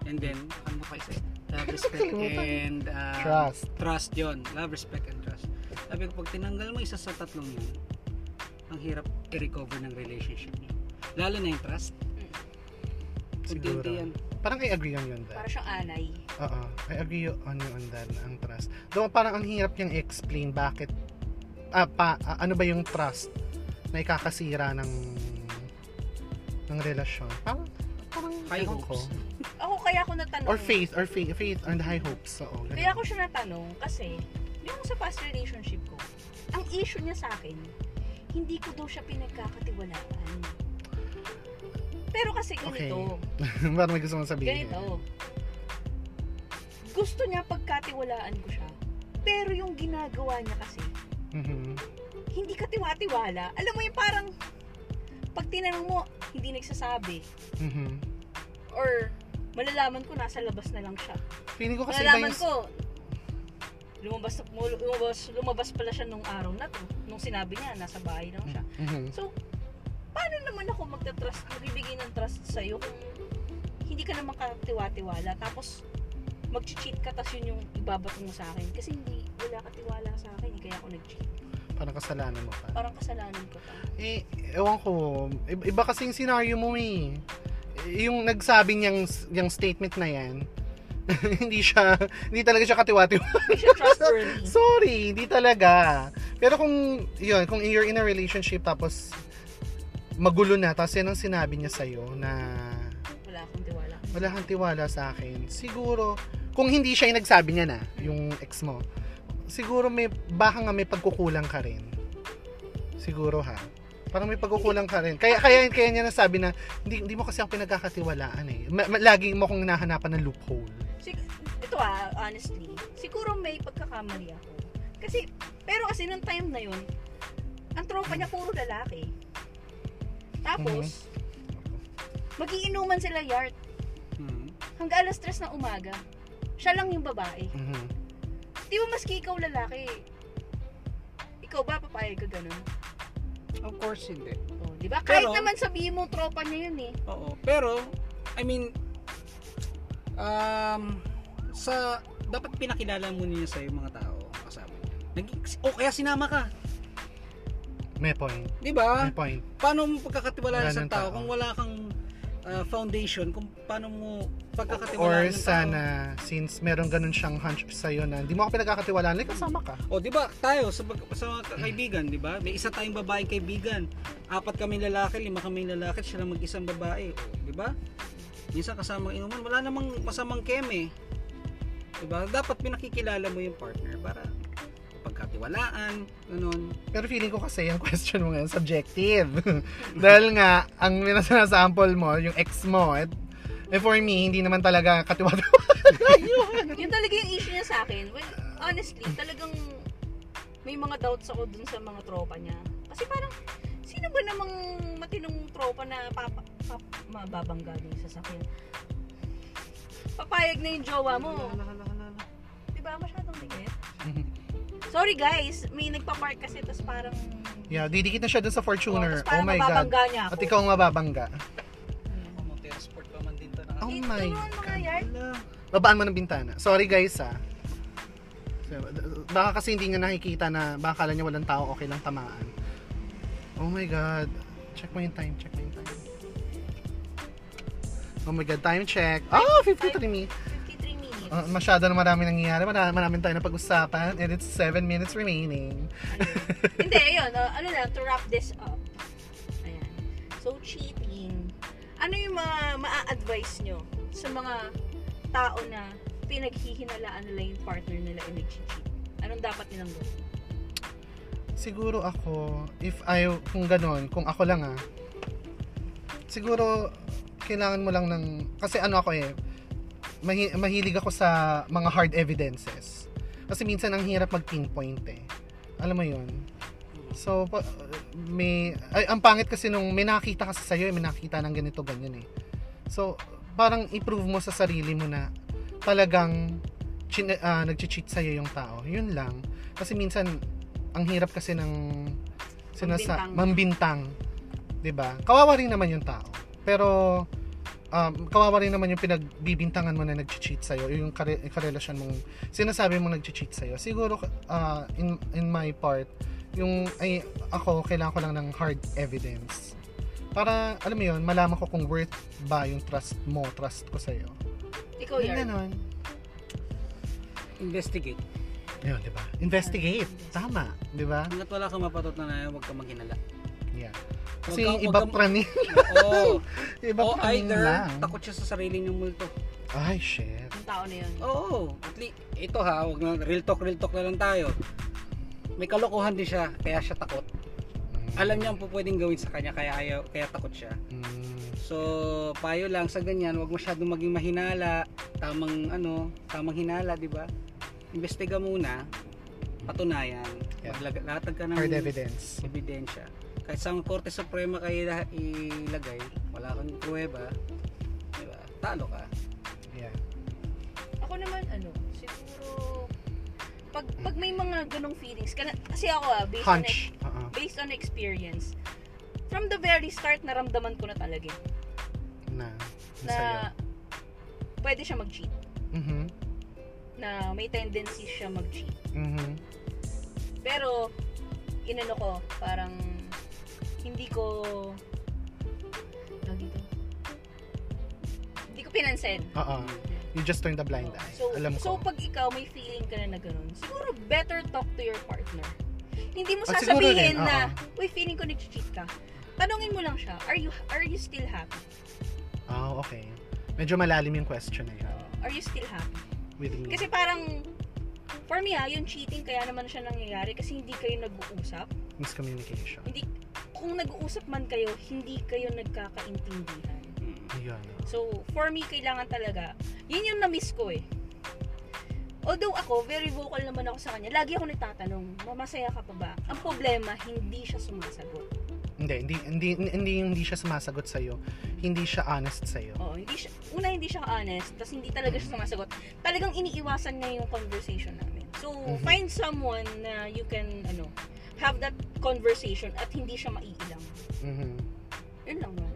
and then, ano pa isa? Love, respect, and uh,
Trust.
Trust yun. Love, respect, and trust. Sabi ko, pag tinanggal mo isa sa tatlong yun, ang hirap i-recover ng relationship niyo. Lalo na yung trust.
Siguro.
Unti-unti yan.
Parang I agree on yun that.
Para siyang anay.
Oo. I agree on you on that. Ang trust. Though parang ang hirap niyang explain bakit ah, pa, ah, ano ba yung trust na ikakasira ng ng relasyon. Parang parang
High
ewan ko.
hopes.
Ako kaya ako natanong.
Or faith, or faith, faith and high hopes. Oo, ganun.
Kaya ako siya natanong kasi yung sa past relationship ko, ang issue niya sa akin, hindi ko daw siya pinagkakatiwalaan. Pero kasi ganito,
Parang may gusto mong sabihin.
ganito, gusto niya pagkatiwalaan ko siya. Pero yung ginagawa niya kasi,
Mhm.
hindi ka tiwatiwala. Alam mo yung parang, pag tinanong mo, hindi nagsasabi.
Mhm.
Or, malalaman ko nasa labas na lang siya.
Feeling ko kasi iba
Malalaman
yung...
ko, lumabas, na- mu- lumabas, lumabas pala siya nung araw na to. Nung sinabi niya, nasa bahay lang siya.
Mhm.
So, paano naman ako magta-trust, magbibigay ng trust sa'yo kung hindi ka naman katiwa-tiwala. Tapos, mag-cheat ka, tapos yun yung ibabato mo sa akin. Kasi hindi, wala ka tiwala sa akin, eh, kaya ako nag-cheat.
Parang kasalanan mo pa.
Parang kasalanan ko pa.
Eh, ewan ko. Iba iba kasi yung scenario mo eh. Eh, Yung nagsabi niyang yung statement na yan, hindi siya, hindi talaga siya katiwati.
Hindi siya trustworthy.
Sorry, hindi talaga. Pero kung, yun, kung you're in a relationship tapos magulo na, tapos yan ang sinabi niya sa'yo na
wala akong tiwala.
wala kang tiwala sa akin, siguro, kung hindi siya yung nagsabi niya na, yung ex mo, siguro may, baka nga may pagkukulang ka rin. Siguro ha. Parang may pagkukulang ka rin. Kaya, kaya, kaya niya nasabi na, hindi, hindi mo kasi ako pinagkakatiwalaan eh. Ma, ma- lagi mo akong nahanapan ng loophole.
Sig- ito ah, honestly, siguro may pagkakamali ako. Kasi, pero kasi nung time na yun, ang tropa niya puro lalaki. Tapos, magiinuman sila yard
Hmm.
hanggang alas 3 ng umaga. Siya lang yung babae.
Mhm.
Di ba maski ikaw lalaki, ikaw ba papayag ka ganun?
Of course, hindi.
Oh, di ba? Kahit
Pero-
naman sabihin mo tropa niya yun eh.
Oo. Pero, I mean, um, sa, dapat pinakilala mo niya sa'yo yung mga tao kasama niya. Nag- o kaya sinama ka.
May point.
Di ba?
May point.
Paano mo pagkakatiwalaan
Wala
sa
ng
tao
tao.
kung wala kang ah, foundation? Kung paano mo
Or
pagkakatiwalaan ng tao?
sana, since meron ganun siyang hunch sa'yo na, hindi mo ako pinagkakatiwalaan, like, kasama ka.
O, di ba? Tayo, sa, pag- sa mga kaibigan, di ba? May isa tayong babaeng kaibigan. Apat kaming lalaki, lima kaming lalaki, siya lang mag-isang babae. O, di ba? Minsan kasama ang inuman, wala namang masamang keme. Di ba? Dapat pinakikilala mo yung partner para pagkatiwalaan, ganun.
Pero feeling ko kasi yung question mo ngayon subjective. Dahil nga, ang minasasample mo, yung ex mo, et, eh for me, hindi naman talaga katiwala.
yun talaga yung issue niya sa akin. Well, honestly, talagang may mga doubts ako dun sa mga tropa niya. Kasi parang, sino ba namang matinong tropa na papa, pap, mababangga din sa sakin? Papayag na yung jowa mo. Di ba? Masyadong dikit. Sorry guys, may nagpa-park kasi tapos parang...
yeah, didikit na siya dun sa
Oh,
Fortuner.
tas
Oh,
parang
my God.
mababangga niya ako.
At ikaw ang mababangga.
Ako mo, sport pa man din to.
Oh
Eh,
my
tulungan mo nga, Yard.
Wala.
Babaan mo ng bintana. Sorry guys ha. So, Baka kasi hindi niya nakikita na baka kala niya walang tao, okay lang tamaan. Oh my God. Check mo yung time, check mo yung time. Oh my God, time check. Oh, 53 minutes.
53 minutes.
Uh, masyado na marami nangyayari. Marami, marami tayong napag-usapan. And it's 7 minutes remaining.
Ayun. Hindi, yun. uh, ano lang, to wrap this up. Ayan. So, cheating. Ano yung mga maa-advise nyo sa mga tao na pinaghihinalaan nila yung partner nila and nag-cheat? Anong dapat nilang gawin?
Siguro ako, if I, kung ganon, kung ako lang ah, siguro, kailangan mo lang ng, kasi ano ako eh, mahi- mahilig ako sa mga hard evidences. Kasi minsan ang hirap mag-pinpoint eh. Alam mo yun? So, pa- may, ay, ang pangit kasi nung may nakakita kasi sa'yo, eh, may nakakita ng ganito, ganyan eh. So, parang i-prove mo sa sarili mo na talagang chin, ah, nag-cheat sa'yo yung tao. Yun lang. Kasi minsan, ang hirap kasi ng sinasa
Mambintang.
mambintang. 'Di ba? Kawawa rin naman yung tao. Pero um, kawawa rin naman yung pinagbibintangan mo na nag-cheat sa'yo, yung kare- karelasyon mong sinasabi mong nag-cheat sa'yo. Siguro, ah, in, in my part, yung, ay, ako, kailangan ko lang ng hard evidence. Para, alam mo yun, malaman ko kung worth ba yung trust mo, trust ko sa'yo.
Ikaw,
Yung
Yar.
ganun.
Investigate.
Yun, di ba? Investigate.
Investigate.
Tama. Di ba?
Hanggat wala kang mapatutunayan, huwag kang maghinala.
Yeah. Kasi
Huwag kang-
iba
huwag kang-
praning.
Oo.
Iba
O
praning
either,
lang.
takot siya sa sarili niyang multo.
Ay, shit.
Ang tao tao na yun.
Oh.
Oo, at least, ito ha, wag na, real talk, real talk na lang tayo. May kalokohan din siya, kaya siya takot. Alam niya ang po pwedeng gawin sa kanya, kaya, ayaw, kaya takot siya.
Mm.
So, payo lang sa ganyan, wag masyadong maging mahinala, tamang ano, tamang hinala, di ba? Imbestiga muna, patunayan,
Yeah.
maglaga- latag ka ng
Hard evidence.
ebidensya. Kahit sa Korte Suprema kayo lah- ilagay, wala kang pruweba, di ba? Talo ka.
Yeah.
Ako naman, ano, siguro, pag, pag may mga ganong feelings, kana- kasi ako ah, based on,
Hunch. Uh-uh.
based on experience, from the very start, naramdaman ko na talaga eh,
Na. Na. Sa'yo.
na pwede siya mag-cheat.
Mhm.
Na may tendency siya mag-cheat.
Mhm.
Pero, inano ko, parang, hindi ko, tawag dito, hindi ko pinansin.
Uh-uh. You just turn the blind eye.
So,
Alam
so
ko.
pag ikaw may feeling ka na na ganun, siguro better talk to your partner. Hindi mo
Ah, siguro
sasabihin
rin,
na, uy, feeling ko nag-cheat ka. Tanungin mo lang siya, are you are you still happy?
Oh, okay. Medyo malalim yung question na yun.
Are you still happy?
With me.
Kasi parang, for me ha, yung cheating kaya naman siya nangyayari kasi hindi kayo nag-uusap.
Miscommunication.
Hindi, kung nag-uusap man kayo, hindi kayo nagkakaintindihan.
Mm.
Ayun.
So, for me, kailangan talaga. Yun yung na-miss ko eh. Although ako, very vocal naman ako sa kanya. Lagi ako nagtatanong, mamasaya ka pa ba? Ang problema, hindi siya sumasagot.
Hindi, hindi, hindi, hindi, hindi siya sumasagot sa'yo. Hindi siya honest sa'yo.
Oo, hindi siya, una hindi siya honest, tapos hindi talaga siya sumasagot. Talagang iniiwasan niya yung conversation namin. So,
Mhm.
find someone na you can, ano, have that conversation at hindi siya maiilang.
Mhm.
Yun lang naman.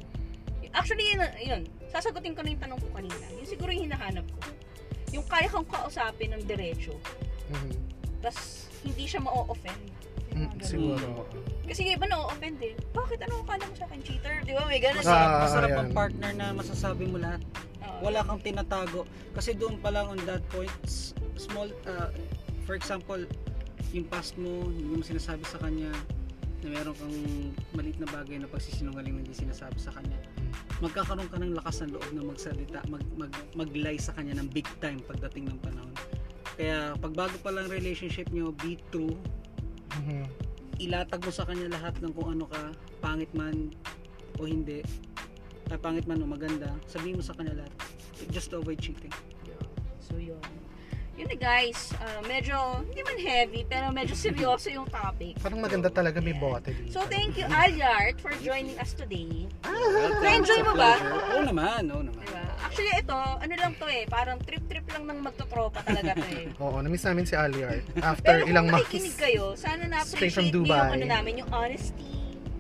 Actually, yun, yun. Sasagutin ko na yung tanong ko kanina. Yung siguro yung hinahanap ko. Yung kaya kang kausapin ng diretso.
Mhm.
Tapos, hindi siya ma-offend.
Mm, siguro.
Kasi yung iba na-offend eh. Bakit? Ano akala mo sa akin? Cheater? Di ba? May ganun
Ah,
eh.
Masarap, masarap
ayan.
ang partner na masasabi mo lahat.
Oo.
Wala kang tinatago. Kasi doon pa lang on that point, s- small, uh, for example, yung past mo, yung sinasabi sa kanya, na meron kang maliit na bagay na pagsisinungaling na hindi sinasabi sa kanya. Magkakaroon ka ng lakas ng loob na magsalita, mag, mag, mag-lie sa kanya ng big time pagdating ng panahon. Kaya pagbago pa lang relationship nyo, be true,
Mhm.
ilatag mo sa kanya lahat ng kung ano ka, pangit man o hindi, ay pangit man o maganda, sabihin mo sa kanya lahat. Just to avoid cheating.
So, yun. Yun na guys. Ah, medyo, hindi man heavy, pero medyo seryoso yung topic.
Parang maganda talaga may bote dito.
So, thank you, Alyard, for joining us today.
Na-enjoy
mo ba?
Oo naman, oo naman.
Diba? Actually, ito, ano lang to eh. Parang trip-trip lang ng magtotropa talaga to eh.
Oo, namiss namin si Aliard.
Pero
After
kung
ilang
nakikinig
months.
kayo, sana
Straight from
na-appreciate niyo yung
Dubai.
ano namin, yung honesty.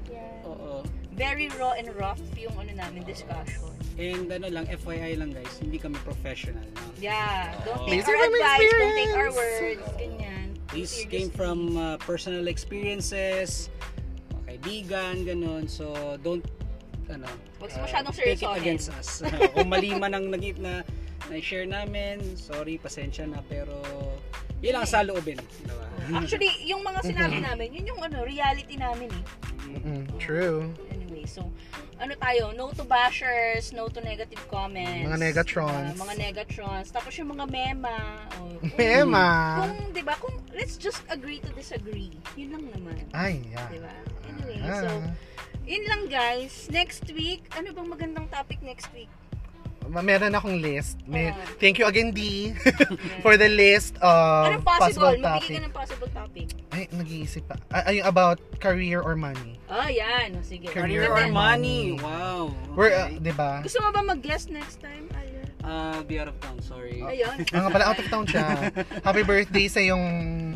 Yeah.
Oo.
Very raw and rough yung ano namin discussion.
And ano lang, FYI lang guys, hindi kami professional. No?
Yeah, don't take
Based
our
on
advice, don't take our
experience.
words, ganyan.
This
You're
came
just-
from uh, personal experiences, mga kaibigan, ganun. So, don't, ano,
Huwag
uh,
masyadong
take it
seryosohin.
against us. Kung mali man ang nagip na na-share namin, sorry, pasensya na, pero yun lang ang saloobin. Diba?
Actually, yung mga sinabi
Mm-hmm.
namin, yun yung ano, reality namin eh.
Mm, true.
Anyway, so, ano tayo, no to bashers, no to negative comments.
Mga negatrons.
Uh, mga negatrons. Tapos yung mga mema. o-
Mema!
Kung, di ba, kung, let's just agree to disagree. Yun lang naman.
Ay, yeah.
Di ba? Diba? Anyway, so,
Ah.
yun lang guys. Next week, ano bang magandang topic next week?
Ma- Meron akong list. May,
Oo.
thank you again, D, for the list of
Anong
Um, possible
possible? Magbigay
topic.
ka ng possible topic.
Ay, nag-iisip pa. Ay, ay, about career or money.
Oh, yan. O, sige.
Career
Career or
or
money?
money.
Wow.
We're, uh,
okay.
di ba?
Gusto mo ba mag-guest next time? Ayun.
Uh, be out of town, sorry.
Ayun.
Ah, nga pala, out of town siya. Happy birthday sa yung...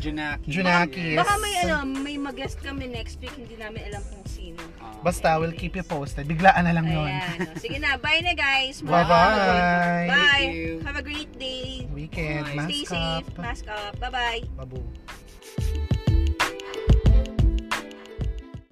Junaki.
Junaki.
Baka
Yes.
may ano, may mag-guest kami next week, hindi namin alam kung sino.
Ah.
Basta, we'll keep you posted. Biglaan na lang Ano yun.
Ayan. O, Sige na, bye na guys.
Bye-bye.
Bye.
Thank you.
Have a great day.
Weekend, mask
Stay
up.
safe. Mask up. Bye-bye.
Babu.